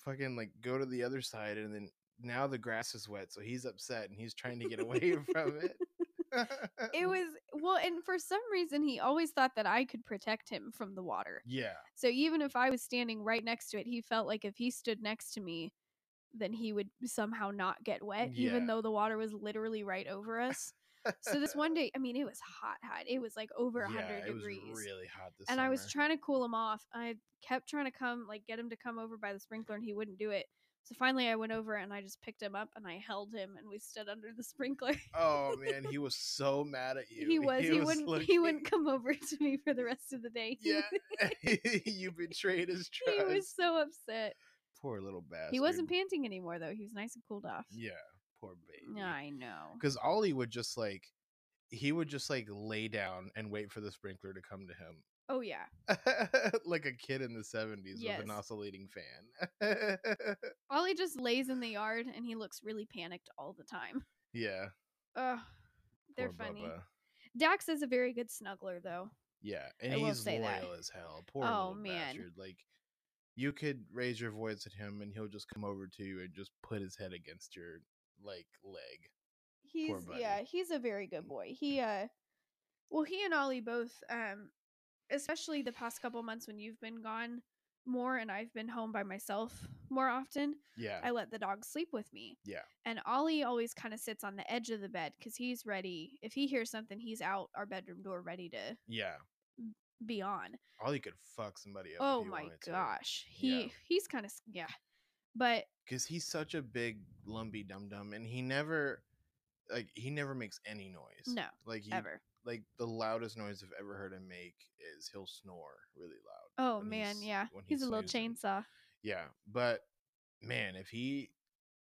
Speaker 1: fucking like go to the other side, and then now the grass is wet, so he's upset, and he's trying to get away from it.
Speaker 2: it was well, and for some reason he always thought that I could protect him from the water.
Speaker 1: yeah,
Speaker 2: So even if I was standing right next to it, he felt like if he stood next to me, then he would somehow not get wet, even
Speaker 1: Yeah.
Speaker 2: though the water was literally right over us. so this one day, I mean, it was hot, hot. It was like over a
Speaker 1: yeah,
Speaker 2: 100
Speaker 1: it
Speaker 2: degrees.
Speaker 1: was really hot this
Speaker 2: and I was
Speaker 1: summer.
Speaker 2: trying to cool him off. I kept trying to come, like, get him to come over by the sprinkler, and he wouldn't do it. So finally, I went over and I just picked him up and I held him, and we stood under the sprinkler.
Speaker 1: Oh man, he was so mad at you.
Speaker 2: he was. He, wouldn't. He
Speaker 1: looking-
Speaker 2: wouldn't come over to me for the rest of the day.
Speaker 1: Yeah, you betrayed his trust.
Speaker 2: he was so upset.
Speaker 1: Poor little bastard.
Speaker 2: He wasn't panting anymore though. He was nice and cooled off.
Speaker 1: Yeah, poor baby.
Speaker 2: I know.
Speaker 1: Because Ollie would just like, he would just like lay down and wait for the sprinkler to come to him.
Speaker 2: Oh yeah.
Speaker 1: like a kid in the 70s
Speaker 2: Yes.
Speaker 1: with an oscillating fan.
Speaker 2: Ollie just lays in the yard and he looks really panicked all the time.
Speaker 1: yeah.
Speaker 2: Ugh. They're
Speaker 1: poor
Speaker 2: funny.
Speaker 1: Bubba.
Speaker 2: Dax is a very good snuggler though.
Speaker 1: Yeah, and
Speaker 2: I will
Speaker 1: he's
Speaker 2: say
Speaker 1: loyal
Speaker 2: that.
Speaker 1: as hell. Poor
Speaker 2: Oh,
Speaker 1: little
Speaker 2: man.
Speaker 1: bastard. Like you could raise your voice at him and he'll just come over to you and just put his head against your like leg.
Speaker 2: He's
Speaker 1: buddy.
Speaker 2: yeah, he's a very good boy. He uh well he and Ollie both um especially the past couple months when you've been gone more and I've been home by myself more often,
Speaker 1: Yeah.
Speaker 2: I let the dog sleep with me.
Speaker 1: Yeah.
Speaker 2: And Ollie always kind of sits on the edge of the bed cuz he's ready. If he hears something, he's out our bedroom door ready to
Speaker 1: yeah.
Speaker 2: be on.
Speaker 1: Ollie could fuck somebody up.
Speaker 2: oh my gosh. He
Speaker 1: Yeah.
Speaker 2: he's kind of yeah. But
Speaker 1: Because he's such a big lumpy dum dum and he never like he never makes any noise.
Speaker 2: No,
Speaker 1: Like he,
Speaker 2: ever.
Speaker 1: like the loudest noise I've ever heard him make is he'll snore really loud.
Speaker 2: Oh
Speaker 1: when
Speaker 2: man,
Speaker 1: he's-
Speaker 2: yeah.
Speaker 1: when
Speaker 2: He's a little
Speaker 1: snoozing.
Speaker 2: chainsaw.
Speaker 1: Yeah, but man, if he,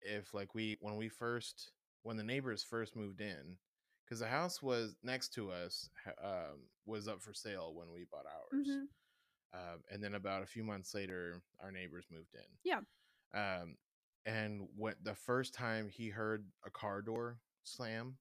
Speaker 1: if like we, when we first, when the neighbors first moved in, because the house was next to us, ha- um, was up for sale when we bought ours,
Speaker 2: Mhm.
Speaker 1: um, and then about a few months later, our neighbors moved in.
Speaker 2: Yeah.
Speaker 1: Um, and what the first time he heard a car door slam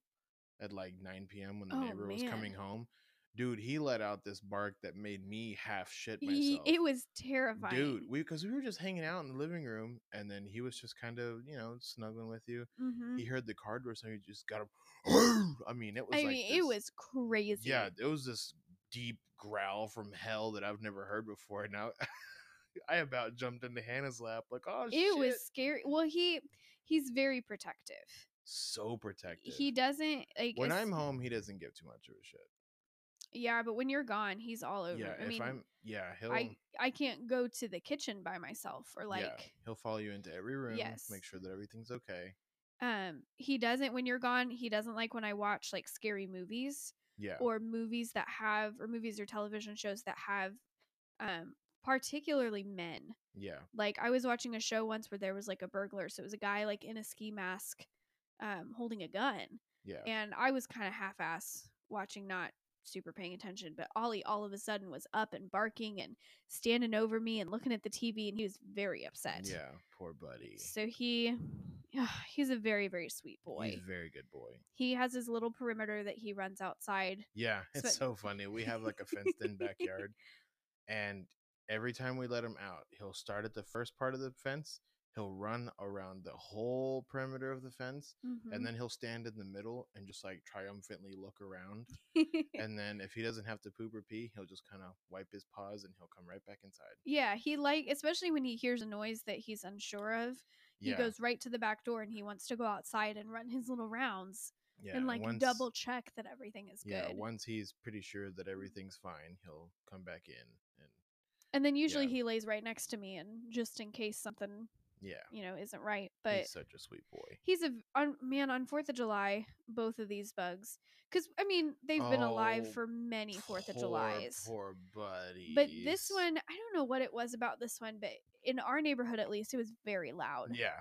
Speaker 1: at like 9 p.m. when the
Speaker 2: Oh,
Speaker 1: neighbor was coming
Speaker 2: man.
Speaker 1: home, dude, he let out this bark that made me half shit
Speaker 2: He,
Speaker 1: myself.
Speaker 2: it was terrifying.
Speaker 1: Dude, we because we were just hanging out in the living room, and then he was just kind of, you know, snuggling with you.
Speaker 2: Mhm.
Speaker 1: He heard the car door, so he just got him. I mean, it was.
Speaker 2: I
Speaker 1: like
Speaker 2: mean,
Speaker 1: this-
Speaker 2: it was crazy.
Speaker 1: Yeah, it was this deep growl from hell that I've never heard before. And I, I about jumped into Hannah's lap, like, oh,
Speaker 2: it
Speaker 1: shit.
Speaker 2: was scary. Well, he he's very protective.
Speaker 1: so protective.
Speaker 2: He doesn't like
Speaker 1: when
Speaker 2: it's-
Speaker 1: I'm home, he doesn't give too much of a shit.
Speaker 2: Yeah, but when you're gone, he's all over.
Speaker 1: Yeah,
Speaker 2: I
Speaker 1: if
Speaker 2: mean,
Speaker 1: I'm, yeah, he'll,
Speaker 2: I I can't go to the kitchen by myself or like.
Speaker 1: yeah, he'll follow you into every room,
Speaker 2: Yes.
Speaker 1: make sure that everything's okay.
Speaker 2: Um, he doesn't when you're gone. He doesn't like when I watch like scary movies
Speaker 1: Yeah,
Speaker 2: or movies that have or movies or television shows that have, um, particularly men
Speaker 1: yeah,
Speaker 2: like i was watching a show once where there was like a burglar so it was a guy like in a ski mask um holding a gun
Speaker 1: yeah,
Speaker 2: and i was kind of half-ass watching not super paying attention but ollie all of a sudden was up and barking and standing over me and looking at the tv and he was very upset
Speaker 1: yeah. Poor buddy.
Speaker 2: so he he's a very very sweet boy
Speaker 1: He's a very good boy.
Speaker 2: he has his little perimeter that he runs outside
Speaker 1: Yeah, it's
Speaker 2: So-
Speaker 1: so funny. We have like a fenced in backyard, and every time we let him out, he'll start at the first part of the fence. He'll run around the whole perimeter of the fence,
Speaker 2: Mm-hmm.
Speaker 1: and then he'll stand in the middle and just like triumphantly look around.
Speaker 2: then
Speaker 1: And then if he doesn't have to poop or pee, he'll just kind of wipe his paws and he'll come right back inside.
Speaker 2: yeah he like especially when he hears a noise that he's unsure of he
Speaker 1: Yeah,
Speaker 2: goes right to the back door and he wants to go outside and run his little rounds
Speaker 1: yeah.
Speaker 2: and like
Speaker 1: once-
Speaker 2: double Mm-hmm. check that everything is
Speaker 1: Yeah,
Speaker 2: good.
Speaker 1: once he's pretty sure that everything's fine, he'll come back in and
Speaker 2: and then usually
Speaker 1: yeah.
Speaker 2: he lays right next to me and just in case something,
Speaker 1: yeah.
Speaker 2: you know, isn't right. But
Speaker 1: he's such a sweet boy.
Speaker 2: he's a v- on, man on 4th of July, both of these bugs cuz I mean, they've been alive
Speaker 1: Oh,
Speaker 2: for many 4th of
Speaker 1: Poor,
Speaker 2: Julys.
Speaker 1: Poor buddy.
Speaker 2: But this one, I don't know what it was about this one, but in our neighborhood at least it was very loud.
Speaker 1: Yeah.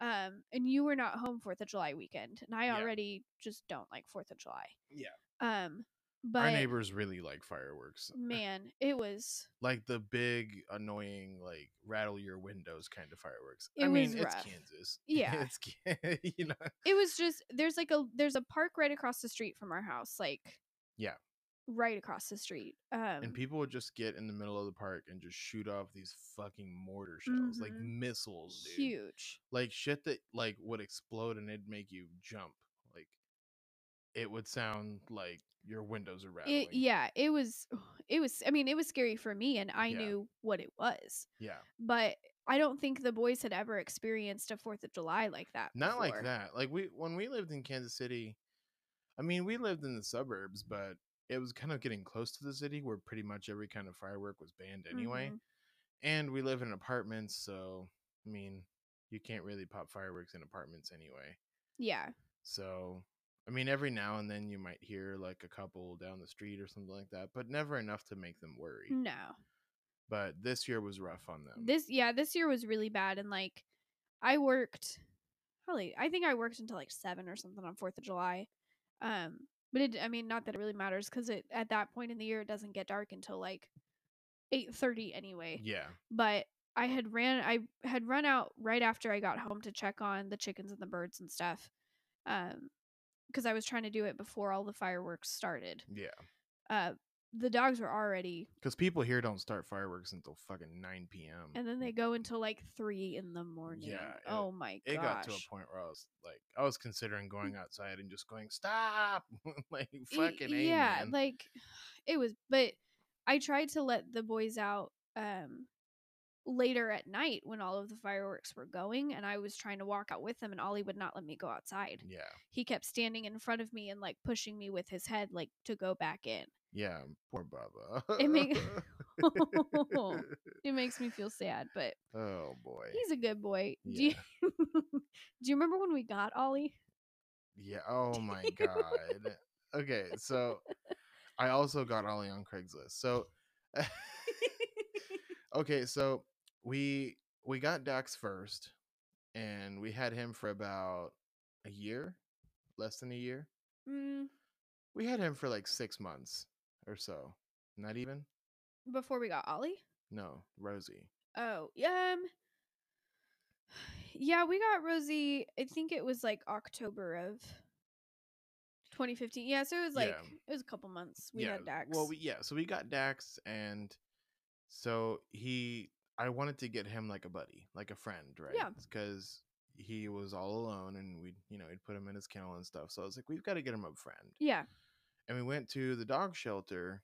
Speaker 2: um and you were not home fourth of july weekend and i
Speaker 1: Yeah.
Speaker 2: already just don't like fourth of july
Speaker 1: Yeah.
Speaker 2: um but
Speaker 1: Our neighbors really like fireworks.
Speaker 2: man it was
Speaker 1: Like the big, annoying, like rattle your windows kind of fireworks.
Speaker 2: It
Speaker 1: I mean,
Speaker 2: was rough.
Speaker 1: it's Kansas.
Speaker 2: Yeah.
Speaker 1: it's Kan- you know.
Speaker 2: it was just there's like a there's a park right across the street from our house like
Speaker 1: Yeah.
Speaker 2: right across the street um
Speaker 1: And people would just get in the middle of the park and just shoot off these fucking mortar shells, like
Speaker 2: Mhm.
Speaker 1: missiles, dude.
Speaker 2: huge
Speaker 1: Like shit that like would explode and it'd make you jump. Like it would sound like your windows are rattling.
Speaker 2: it, yeah it was it was i mean it was scary for me and i
Speaker 1: Yeah.
Speaker 2: knew what it was
Speaker 1: Yeah.
Speaker 2: but i don't think the boys had ever experienced a fourth of july like that
Speaker 1: not
Speaker 2: before.
Speaker 1: like that like we when we lived in kansas city i mean we lived in the suburbs but it was kind of getting close to the city where pretty much every kind of firework was banned anyway
Speaker 2: Mhm.
Speaker 1: and we live in apartments so i mean you can't really pop fireworks in apartments anyway
Speaker 2: yeah
Speaker 1: so i mean every now and then you might hear like a couple down the street or something like that but never enough to make them worry
Speaker 2: no
Speaker 1: but this year was rough on them
Speaker 2: Mm. this yeah this year was really bad and like i worked probably i think i worked until like seven or something on fourth of july um But it, I mean, not that it really matters because it at that point in the year it doesn't get dark until like eight thirty anyway.
Speaker 1: Yeah.
Speaker 2: But I had ran, I had run out right after I got home to check on the chickens and the birds and stuff, um, because I was trying to do it before all the fireworks started.
Speaker 1: Yeah.
Speaker 2: Uh, the dogs were already,
Speaker 1: Because people here don't start fireworks until fucking 9 p.m.
Speaker 2: and then they go until like three in the morning.
Speaker 1: hmm. Yeah, it-
Speaker 2: oh my
Speaker 1: It
Speaker 2: gosh! Mm.
Speaker 1: got to a point where I was like, I was considering going outside and just going, stop. like,
Speaker 2: Y-
Speaker 1: fucking A,
Speaker 2: E yeah
Speaker 1: man.
Speaker 2: like it was but i tried to let the boys out um later at night when all of the fireworks were going and i was trying to walk out with them and ollie would not let me go outside
Speaker 1: yeah.
Speaker 2: he kept standing in front of me and like pushing me with his head like to go back in
Speaker 1: Yeah. Poor Baba.
Speaker 2: It make- it makes me feel sad but
Speaker 1: oh, boy.
Speaker 2: he's a good boy do, you, do you remember when we got ollie
Speaker 1: Yeah. Oh my god. Okay, so I also got Ollie on Craigslist. So okay, so we we got Dax first, and we had him for about a year, less than a year.
Speaker 2: mm,
Speaker 1: We had him for like six months or so. Not even.
Speaker 2: before we got ollie
Speaker 1: No, Rosie.
Speaker 2: Oh, yeah, um Yeah, we got Rosie, I think it was like October of 2015. Yeah, so it was
Speaker 1: Yeah.
Speaker 2: like it was a couple months. We had Dax.
Speaker 1: Well, we, yeah. So we got Dax, and so he, I wanted to get him like a buddy, like a friend, right?
Speaker 2: Yeah.
Speaker 1: Because he was all alone, and we, you know, we'd put him in his kennel and stuff. So I was like, we've got to get him a friend.
Speaker 2: Yeah.
Speaker 1: And we went to the dog shelter,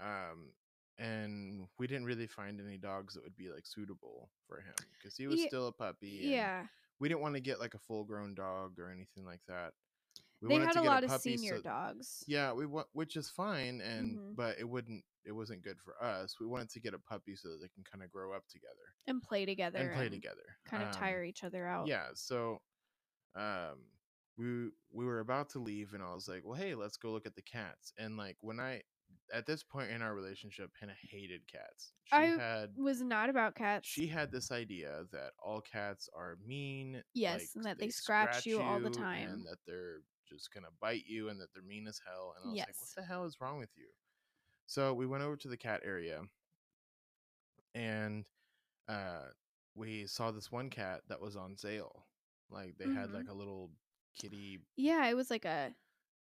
Speaker 1: um, and we didn't really find any dogs that would be like suitable for him because he was
Speaker 2: Ye-
Speaker 1: still a puppy. and
Speaker 2: Yeah.
Speaker 1: We didn't want to get like a full grown dog or anything like that. We
Speaker 2: They
Speaker 1: wanted
Speaker 2: had
Speaker 1: to
Speaker 2: a
Speaker 1: get
Speaker 2: lot of
Speaker 1: puppy
Speaker 2: senior
Speaker 1: so-
Speaker 2: dogs.
Speaker 1: yeah, we want, which is fine, and
Speaker 2: Mhm.
Speaker 1: but it wouldn't, it wasn't good for us. We wanted to get a puppy so that they can kind of grow up together
Speaker 2: And play together.
Speaker 1: and play together,
Speaker 2: Kind of
Speaker 1: Um,
Speaker 2: tire each other out.
Speaker 1: Yeah, so, um, we we were about to leave, and I was like, "Well, hey, let's go look at the cats." And like when I, at this point in our relationship, Hannah hated cats. She
Speaker 2: I
Speaker 1: had
Speaker 2: Was not about cats.
Speaker 1: she had this idea that all cats are mean.
Speaker 2: Yes, and that they scratch you all the time.
Speaker 1: and that they're just gonna bite you, and that they're mean as hell. And I was like,
Speaker 2: Yes.
Speaker 1: "What the hell is wrong with you?" So we went over to the cat area, and uh, we saw this one cat that was on sale. Like they had
Speaker 2: Mhm.
Speaker 1: like a little kitty.
Speaker 2: yeah, it was like a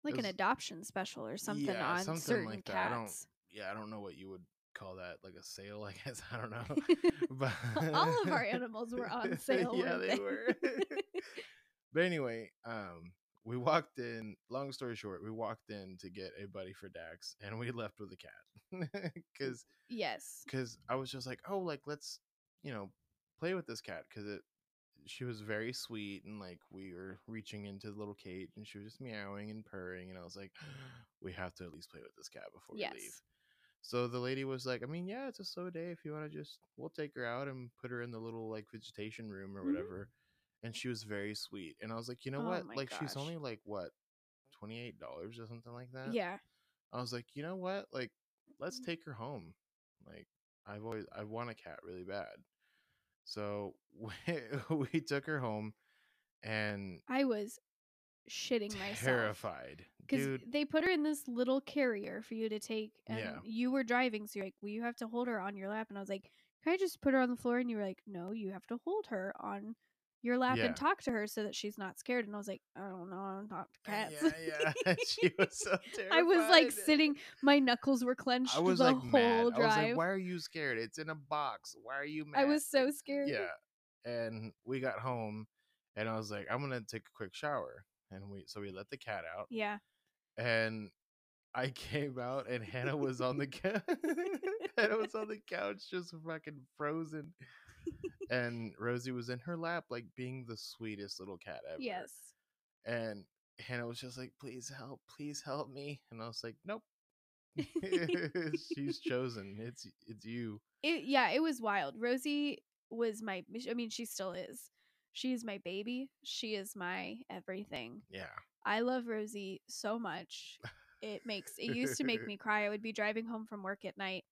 Speaker 2: like an
Speaker 1: was-
Speaker 2: adoption special or something
Speaker 1: Yeah,
Speaker 2: on
Speaker 1: something
Speaker 2: certain
Speaker 1: like that. I don't-
Speaker 2: cats.
Speaker 1: Yeah, I don't know what you would call that. Like a sale, I guess. I don't know. But
Speaker 2: All of our animals were on sale.
Speaker 1: yeah,
Speaker 2: weren't
Speaker 1: they were. But anyway, um, we walked in. Long story short, we walked in to get a buddy for Dax, and we left with a cat because
Speaker 2: yes.
Speaker 1: because I was just like, oh, like let's you know play with this cat because it she was very sweet and like we were reaching into the little cage and she was just meowing and purring and I was like, we have to at least play with this cat before
Speaker 2: Yes.
Speaker 1: we leave. So the lady was like, I mean, yeah, it's a slow day. If you want to just, we'll take her out and put her in the little like vegetation room or
Speaker 2: Mhm.
Speaker 1: whatever. And she was very sweet. And I was like, you know
Speaker 2: Oh
Speaker 1: what?
Speaker 2: my
Speaker 1: Like, she's
Speaker 2: gosh.
Speaker 1: only like, what, $28 or something like that?
Speaker 2: Yeah. Mm-hmm.
Speaker 1: I was like, you know what? Like, let's take her home. Like, I've always, I want a cat really bad. So we, we took her home and
Speaker 2: I was shitting myself
Speaker 1: terrified.
Speaker 2: because
Speaker 1: Dude,
Speaker 2: they put her in this little carrier for you to take, and
Speaker 1: Yeah.
Speaker 2: you were driving, so you're like, "Well, you have to hold her on your lap," and I was like, "Can I just put her on the floor?" And you were like, "No, you have to hold her on." Your lap
Speaker 1: Yeah.
Speaker 2: and talk to her so that she's not scared. And I was like, I don't know, I don't talk to cats.
Speaker 1: Uh, Yeah, yeah. she was so terrified.
Speaker 2: I was like sitting, my knuckles were clenched
Speaker 1: I was
Speaker 2: the
Speaker 1: like mad.
Speaker 2: whole
Speaker 1: I was like,
Speaker 2: drive.
Speaker 1: "Why are you scared? It's in a box. Why are you mad?"
Speaker 2: I was so scared.
Speaker 1: yeah. And we got home, and I was like, "I'm gonna take a quick shower." And we so we let the cat out,
Speaker 2: Yeah.
Speaker 1: and I came out, and Hannah was on the couch. Hannah was on the couch, just fucking frozen. and Rosie was in her lap, like being the sweetest little cat ever
Speaker 2: Yes.
Speaker 1: and Hannah was just like, "Please help, please help me," and I was like, "Nope." She's chosen. It's it's you.
Speaker 2: it yeah it was wild rosie was my i mean she still is she is my baby she is my everything
Speaker 1: Yeah.
Speaker 2: i love rosie so much it makes it used to make me cry i would be driving home from work at night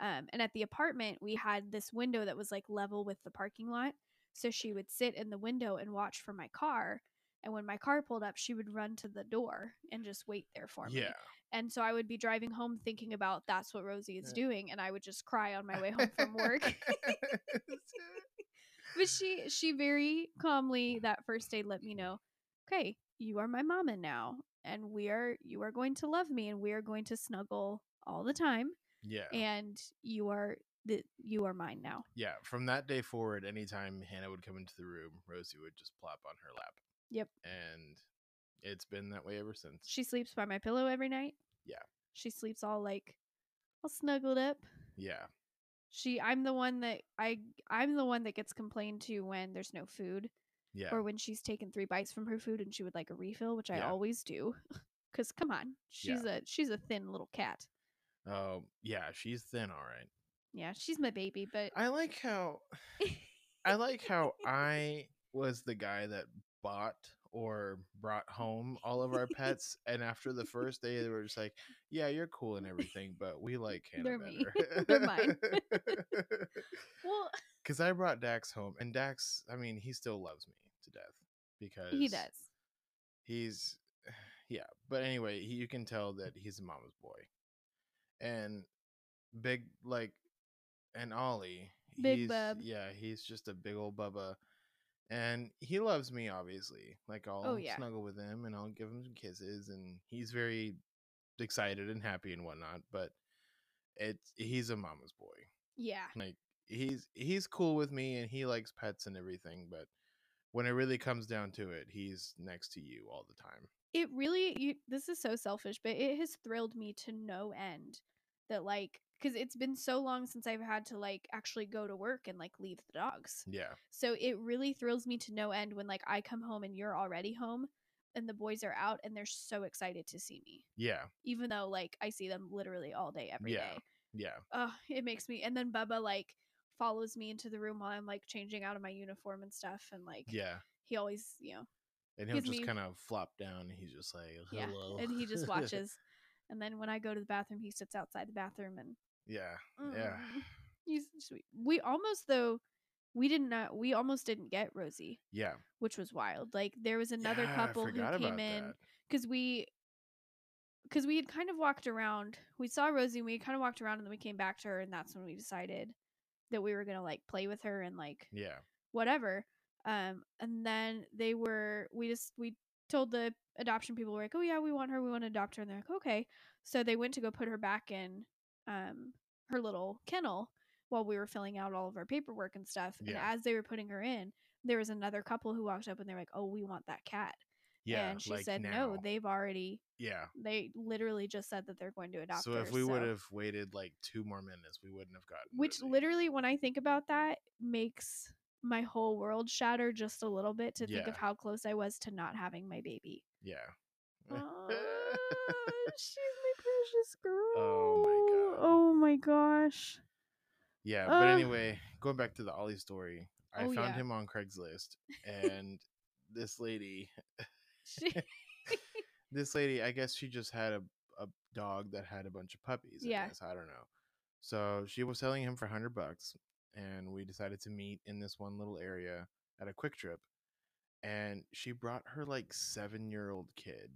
Speaker 2: um, and at the apartment we had this window that was like level with the parking lot so she would sit in the window and watch from my car And when my car pulled up, she would run to the door and just wait there for me.
Speaker 1: Yeah.
Speaker 2: And so I would be driving home thinking about that's what Rosie is
Speaker 1: Yeah.
Speaker 2: doing, and I would just cry on my way home from work. but she she very calmly that first day let me know okay you are my mama now and we are you are going to love me and we are going to snuggle all the time
Speaker 1: yeah.
Speaker 2: and you are the you are mine now
Speaker 1: Yeah. From that day forward, anytime Hannah would come into the room, Rosie would just plop on her lap.
Speaker 2: Yep.
Speaker 1: And it's been that way ever since.
Speaker 2: she sleeps by my pillow every night
Speaker 1: Yeah.
Speaker 2: she sleeps all like all snuggled up
Speaker 1: yeah.
Speaker 2: she i'm the one that i i'm the one that gets complained to when there's no food
Speaker 1: Yeah.
Speaker 2: or when she's taken three bites from her food and she would like a refill which i
Speaker 1: Yeah.
Speaker 2: always do because come on she's a she's a thin little cat
Speaker 1: Oh, yeah. She's thin, all right.
Speaker 2: Yeah, she's my baby, but
Speaker 1: I like how I like how I was the guy that bought or brought home all of our pets, and after the first day, they were just like, "Yeah, you're cool and everything, but we like Hannah
Speaker 2: They're me.
Speaker 1: better."
Speaker 2: They're mine. well,
Speaker 1: Because I brought Dax home, and Dax, I mean, he still loves me to death because
Speaker 2: he does.
Speaker 1: He's, yeah, but anyway, he, you can tell that he's a mama's boy, and big like, and Ollie,
Speaker 2: Big
Speaker 1: he's-
Speaker 2: bub.
Speaker 1: yeah, he's just a big old bubba, and he loves me obviously. Like I'll
Speaker 2: Oh, yeah.
Speaker 1: snuggle with him and I'll give him some kisses, and he's very excited and happy and whatnot. But it's he's a mama's boy
Speaker 2: Yeah.
Speaker 1: like he's he's cool with me and he likes pets and everything but when it really comes down to it he's next to you all the time
Speaker 2: It really you, this is so selfish, but it has thrilled me to no end that like cuz it's been so long since I've had to like actually go to work and like leave the dogs.
Speaker 1: yeah
Speaker 2: So it really thrills me to no end when like I come home and you're already home and the boys are out and they're so excited to see me.
Speaker 1: yeah
Speaker 2: Even though like I see them literally all day every day.
Speaker 1: Yeah. yeah
Speaker 2: oh, it makes me. And then Bubba like follows me into the room while I'm like changing out of my uniform and stuff, and like
Speaker 1: yeah
Speaker 2: he always, you know,
Speaker 1: and he'll
Speaker 2: He's
Speaker 1: just
Speaker 2: me.
Speaker 1: kind of flop down and he's just like
Speaker 2: yeah,
Speaker 1: hello
Speaker 2: and he just watches. and then when I go to the bathroom, he sits outside the bathroom and
Speaker 1: yeah Yeah.
Speaker 2: Mm, he's sweet. We almost though, we did not. We almost didn't get Rosie,
Speaker 1: yeah
Speaker 2: which was wild. Like there was another
Speaker 1: Yeah, I
Speaker 2: couple who
Speaker 1: forgot
Speaker 2: came
Speaker 1: about
Speaker 2: in
Speaker 1: that.
Speaker 2: because we. Because we had kind of walked around, we saw Rosie, and we kind of walked around, and then we came back to her, and that's when we decided that we were gonna like play with her and like
Speaker 1: yeah
Speaker 2: whatever. Um, and then they were, we just, we told the adoption people, we're like, oh yeah, we want her, we want to adopt her. And they're like, okay. So they went to go put her back in um, her little kennel while we were filling out all of our paperwork and stuff. And
Speaker 1: Yeah.
Speaker 2: as they were putting her in, there was another couple who walked up and they're like, oh, we want that cat.
Speaker 1: yeah
Speaker 2: and she
Speaker 1: like
Speaker 2: said,
Speaker 1: now.
Speaker 2: no, they've already,
Speaker 1: yeah
Speaker 2: they literally just said that they're going to adopt
Speaker 1: so
Speaker 2: her.
Speaker 1: if we would have uh, eh waited like two more minutes we wouldn't have gotten
Speaker 2: which
Speaker 1: Rosie.
Speaker 2: literally when i think about that makes my whole world shatter just a little bit to think
Speaker 1: Yeah.
Speaker 2: of how close i was to not having my baby
Speaker 1: yeah
Speaker 2: oh, she's my precious girl
Speaker 1: Oh my God.
Speaker 2: oh my gosh
Speaker 1: Yeah, but
Speaker 2: Uh,
Speaker 1: anyway, going back to the Ollie story, I
Speaker 2: oh,
Speaker 1: found
Speaker 2: yeah.
Speaker 1: him on Craigslist, and this lady,
Speaker 2: she,
Speaker 1: this lady, I guess she just had a, a dog that had a bunch of puppies. I
Speaker 2: Yeah.
Speaker 1: guess I don't know. So she was selling him for hundred bucks, and we decided to meet in this one little area at a Quick Trip, and she brought her like seven year old kid.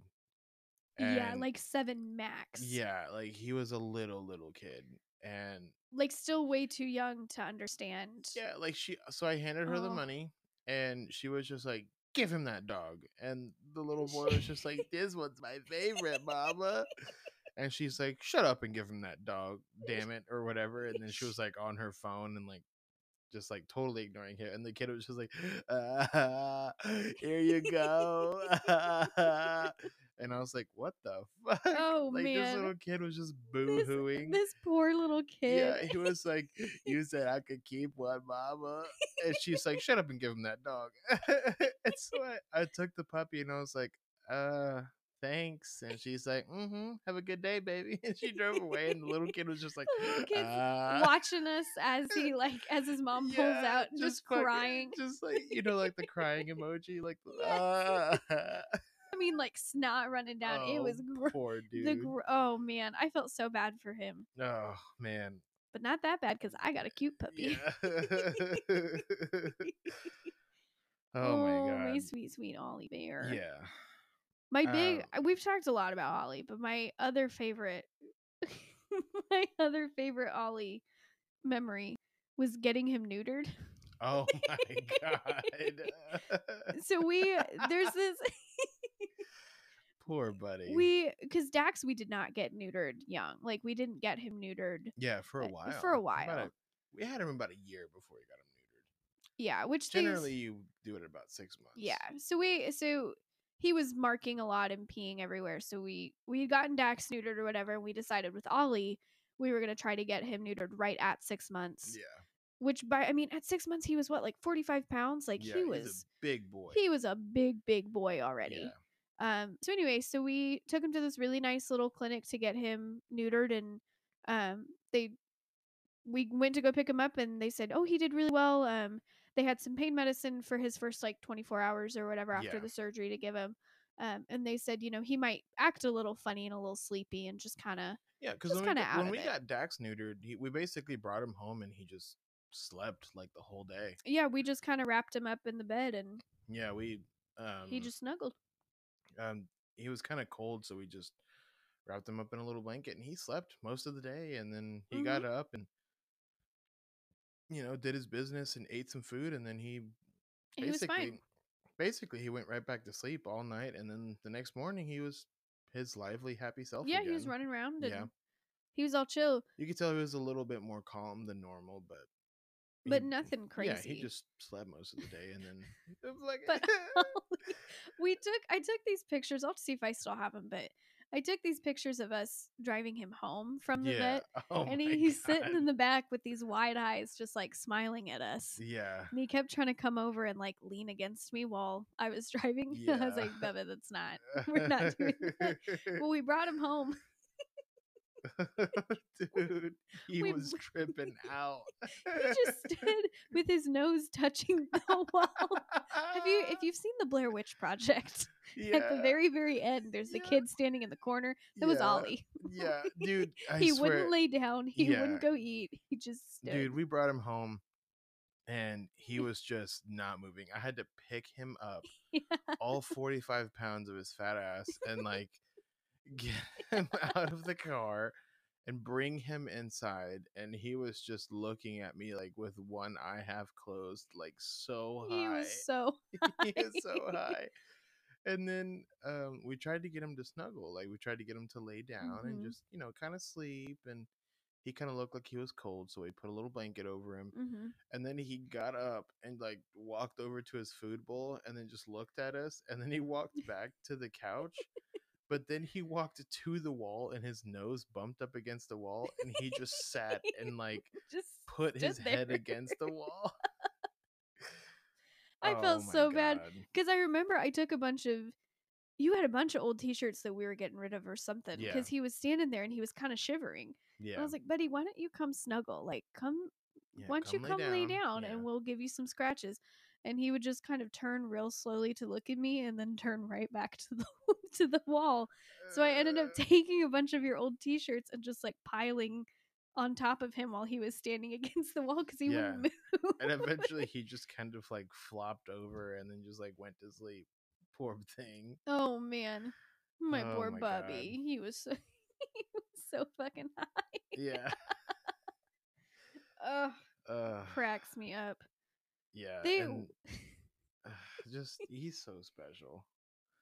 Speaker 2: yeah
Speaker 1: and-
Speaker 2: like seven max
Speaker 1: yeah, like he was a little little kid, and
Speaker 2: like still way too young to understand
Speaker 1: Yeah, like she. So I handed her the
Speaker 2: Oh.
Speaker 1: money, and she was just like, "Give him that dog." And the little boy was just like, "This one's my favorite, mama." And she's like, "Shut up and give him that dog, damn it, or whatever." And then she was like on her phone and like, just like totally ignoring him. And the kid was just like, uh, "Here you go." and I was like, "What the fuck?"
Speaker 2: Oh,
Speaker 1: like this
Speaker 2: man.
Speaker 1: little kid was just
Speaker 2: this,
Speaker 1: boo-hooing.
Speaker 2: this poor little kid
Speaker 1: Yeah, he was like, "You said I could keep one, Mama," and she's like, "Shut up and give him that dog." and so I, I took the puppy and I was like, "Uh, thanks." And she's like, "Mm-hmm. Have a good day, baby." And she drove away, and the little kid was just like,
Speaker 2: The little kid's
Speaker 1: "Ah."
Speaker 2: watching us as he like as his mom pulls
Speaker 1: Yeah,
Speaker 2: out just,
Speaker 1: fucking-
Speaker 2: crying
Speaker 1: just like you know, like the crying emoji, like
Speaker 2: Yes.
Speaker 1: "Ah."
Speaker 2: I mean, like snot running down. it
Speaker 1: Oh,
Speaker 2: was gr-
Speaker 1: poor dude.
Speaker 2: the gr- oh man, I felt so bad for him,
Speaker 1: oh man,
Speaker 2: but not that bad because I got a cute puppy.
Speaker 1: yeah. Oh my god.
Speaker 2: sweet, sweet Ollie Bear.
Speaker 1: yeah.
Speaker 2: My big,
Speaker 1: Um,
Speaker 2: I- we've talked a lot about Ollie, but my other favorite, my other favorite Ollie memory was getting him neutered.
Speaker 1: Oh my god.
Speaker 2: So we, there's this,
Speaker 1: Poor buddy.
Speaker 2: we, because Dax, we did not get neutered young. Like, we didn't get him neutered.
Speaker 1: yeah, for a
Speaker 2: uh,
Speaker 1: while.
Speaker 2: for a
Speaker 1: About
Speaker 2: while.
Speaker 1: we had him about a year before he got him neutered.
Speaker 2: Yeah. Which these-
Speaker 1: Generally, you do it about six months.
Speaker 2: yeah. So we, so he was marking a lot and peeing everywhere. So we, we had gotten Dax neutered or whatever. And we decided with Ollie, we were going to try to get him neutered right at six months.
Speaker 1: Yeah.
Speaker 2: which by I mean at six months he was what like forty five pounds. Like
Speaker 1: yeah,
Speaker 2: he
Speaker 1: he's a
Speaker 2: was
Speaker 1: big boy.
Speaker 2: he was a big big boy already.
Speaker 1: Yeah.
Speaker 2: Um. So anyway, so we took him to this really nice little clinic to get him neutered, and um they we went to go pick him up, and they said, oh he did really well. Um. They had some pain medicine for his first like twenty four hours or whatever after
Speaker 1: Yeah.
Speaker 2: the surgery to give him. Um, and they said, you know, he might act a little funny and a little sleepy and just kind of,
Speaker 1: Yeah, because when,
Speaker 2: Just
Speaker 1: we,
Speaker 2: kinda
Speaker 1: got-
Speaker 2: out
Speaker 1: when
Speaker 2: of
Speaker 1: we
Speaker 2: it.
Speaker 1: got Dax neutered, he, we basically brought him home and he just slept like the whole day.
Speaker 2: yeah, we just kind of wrapped him up in the bed and
Speaker 1: Yeah, we um
Speaker 2: he just snuggled.
Speaker 1: um he was kind of cold, so we just wrapped him up in a little blanket and he slept most of the day. And then he
Speaker 2: Mhm.
Speaker 1: got up and you know did his business and ate some food, and then he
Speaker 2: He was fine.
Speaker 1: basically he went right back to sleep all night, and then the next morning he was his lively, happy self.
Speaker 2: Yeah, he was
Speaker 1: again.
Speaker 2: running around and
Speaker 1: Yeah.
Speaker 2: he was all chill,
Speaker 1: You could tell he was a little bit more calm than normal, but he-
Speaker 2: but nothing crazy.
Speaker 1: Yeah, he just slept most of the day, and then it was like,
Speaker 2: But we took I took these pictures. I'll have to see if I still have them, but I took these pictures of us driving him home from the
Speaker 1: yeah,
Speaker 2: vet,
Speaker 1: oh
Speaker 2: and he,
Speaker 1: my
Speaker 2: he's
Speaker 1: God.
Speaker 2: sitting in the back with these wide eyes, just like smiling at us.
Speaker 1: yeah,
Speaker 2: And he kept trying to come over and like lean against me while I was driving. I was
Speaker 1: Yeah.
Speaker 2: like, Bubba, that's not. We're not doing that. Well, we brought him home.
Speaker 1: dude. He
Speaker 2: We-
Speaker 1: was tripping out.
Speaker 2: He just stood with his nose touching the wall. Have you, if you've seen the Blair Witch Project,
Speaker 1: yeah,
Speaker 2: at the very very end there's the
Speaker 1: Yeah.
Speaker 2: kid standing in the corner that was
Speaker 1: yeah,
Speaker 2: ollie
Speaker 1: Yeah, dude, I
Speaker 2: he
Speaker 1: swear,
Speaker 2: wouldn't lay down he
Speaker 1: Yeah.
Speaker 2: wouldn't go eat he just stood.
Speaker 1: dude. We brought him home, and he was just not moving. I had to pick him up. all 45 pounds of his fat ass and like get him out of the car and bring him inside and he was just looking at me like with one eye half closed like so
Speaker 2: he
Speaker 1: high
Speaker 2: was so
Speaker 1: he was so high and then um, we tried to get him to snuggle like we tried to get him to lay down and
Speaker 2: Mhm.
Speaker 1: just you know kind of sleep and he kind of looked like he was cold so we put a little blanket over him
Speaker 2: Mhm.
Speaker 1: and then he got up and like walked over to his food bowl and then just looked at us and then he walked back to the couch but then he walked to the wall and his nose bumped up against the wall and he just sat and like
Speaker 2: just
Speaker 1: put his
Speaker 2: Stood
Speaker 1: head
Speaker 2: there.
Speaker 1: against the wall Oh
Speaker 2: I felt
Speaker 1: my
Speaker 2: so bad.
Speaker 1: God.
Speaker 2: because i remember i took a bunch of you had a bunch of old t-shirts that we were getting rid of or something
Speaker 1: Yeah.
Speaker 2: because he was standing there and he was kind of shivering
Speaker 1: yeah
Speaker 2: and i was like buddy why don't you come snuggle like come
Speaker 1: yeah,
Speaker 2: why don't you come lay down
Speaker 1: Yeah.
Speaker 2: and we'll give you some scratches and he would just kind of turn real slowly to look at me and then turn right back to the to the wall so i ended up
Speaker 1: Uh,
Speaker 2: taking a bunch of your old t-shirts and just like piling on top of him while he was standing against the wall because he
Speaker 1: Yeah.
Speaker 2: wouldn't move
Speaker 1: and eventually he just kind of like flopped over and then just like went to sleep poor thing
Speaker 2: oh man my
Speaker 1: Oh
Speaker 2: poor
Speaker 1: my God.
Speaker 2: bubby he was so he was so fucking hot
Speaker 1: yeah
Speaker 2: oh
Speaker 1: uh,
Speaker 2: cracks me up
Speaker 1: yeah
Speaker 2: they
Speaker 1: and- Ugh, just he's so special.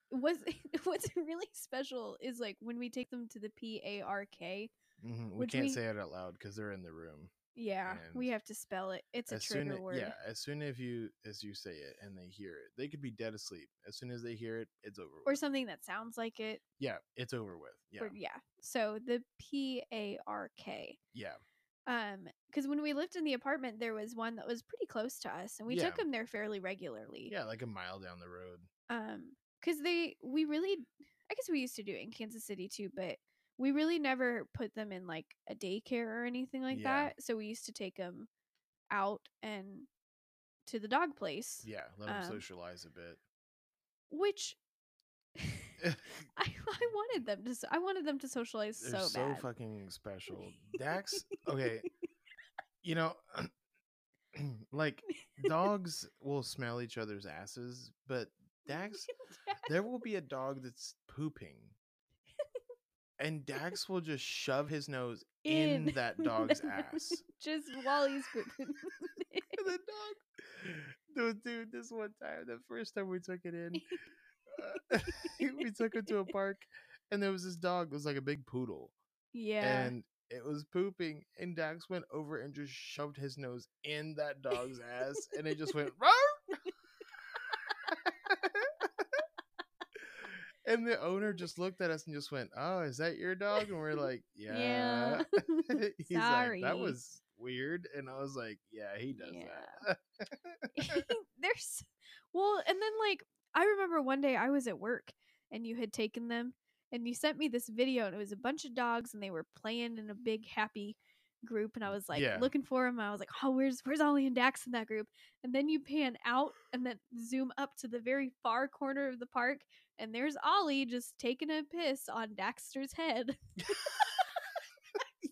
Speaker 2: was what's really special is like when we take them to the p-a-r-k
Speaker 1: Mhm, We
Speaker 2: Which
Speaker 1: can't
Speaker 2: we-
Speaker 1: say it out loud because they're in the room.
Speaker 2: Yeah, we
Speaker 1: And
Speaker 2: have to spell it. It's a
Speaker 1: as soon,
Speaker 2: trigger
Speaker 1: a-
Speaker 2: word.
Speaker 1: yeah, as soon as you as you say it and they hear it, they could be dead asleep. As soon as they hear it, it's over.
Speaker 2: Or
Speaker 1: with.
Speaker 2: something that sounds like it.
Speaker 1: Yeah, it's over with. Yeah,
Speaker 2: Or, yeah. So the P A R K.
Speaker 1: yeah,
Speaker 2: Um, because when we lived in the apartment, there was one that was pretty close to us, and we took
Speaker 1: Yeah.
Speaker 2: them there fairly regularly.
Speaker 1: yeah, like a mile down the road.
Speaker 2: Um, because they we really, I guess we used to do it in Kansas City too, but we really never put them in like a daycare or anything like
Speaker 1: Yeah.
Speaker 2: that. So we used to take them out and to the dog place,
Speaker 1: Yeah, let them
Speaker 2: Um,
Speaker 1: socialize a bit.
Speaker 2: which.
Speaker 1: Eh
Speaker 2: I, I wanted them to s- I wanted them to socialize
Speaker 1: They're
Speaker 2: so
Speaker 1: so,
Speaker 2: bad.
Speaker 1: fucking special. Dax, okay, you know, like dogs will smell each other's asses, but Dax there will be a dog that's pooping. And Dax will just shove his nose in,
Speaker 2: In.
Speaker 1: that dog's ass.
Speaker 2: Just while he's pooping.
Speaker 1: the dog. Dude, dude, this one time, the first time we took it in, uh, we took it to a park, and there was this dog. It was like a big poodle,
Speaker 2: yeah.
Speaker 1: and it was pooping. And Dax went over and just shoved his nose in that dog's ass, and it just went. "Roar!" and the owner just looked at us and just went, "Oh, is that your dog?" And we're like, "Yeah."
Speaker 2: yeah.
Speaker 1: He's like,
Speaker 2: Sorry.
Speaker 1: that was weird. And I was like, yeah, he does that.
Speaker 2: There's well, and then like I remember one day I was at work and you had taken them and you sent me this video and it was a bunch of dogs and they were playing in a big happy group and I was like
Speaker 1: Yeah.
Speaker 2: looking for them. I was like, oh, where's where's Ollie and Dax in that group? And then you pan out and then zoom up to the very far corner of the park and there's Ollie just taking a piss on Daxter's head.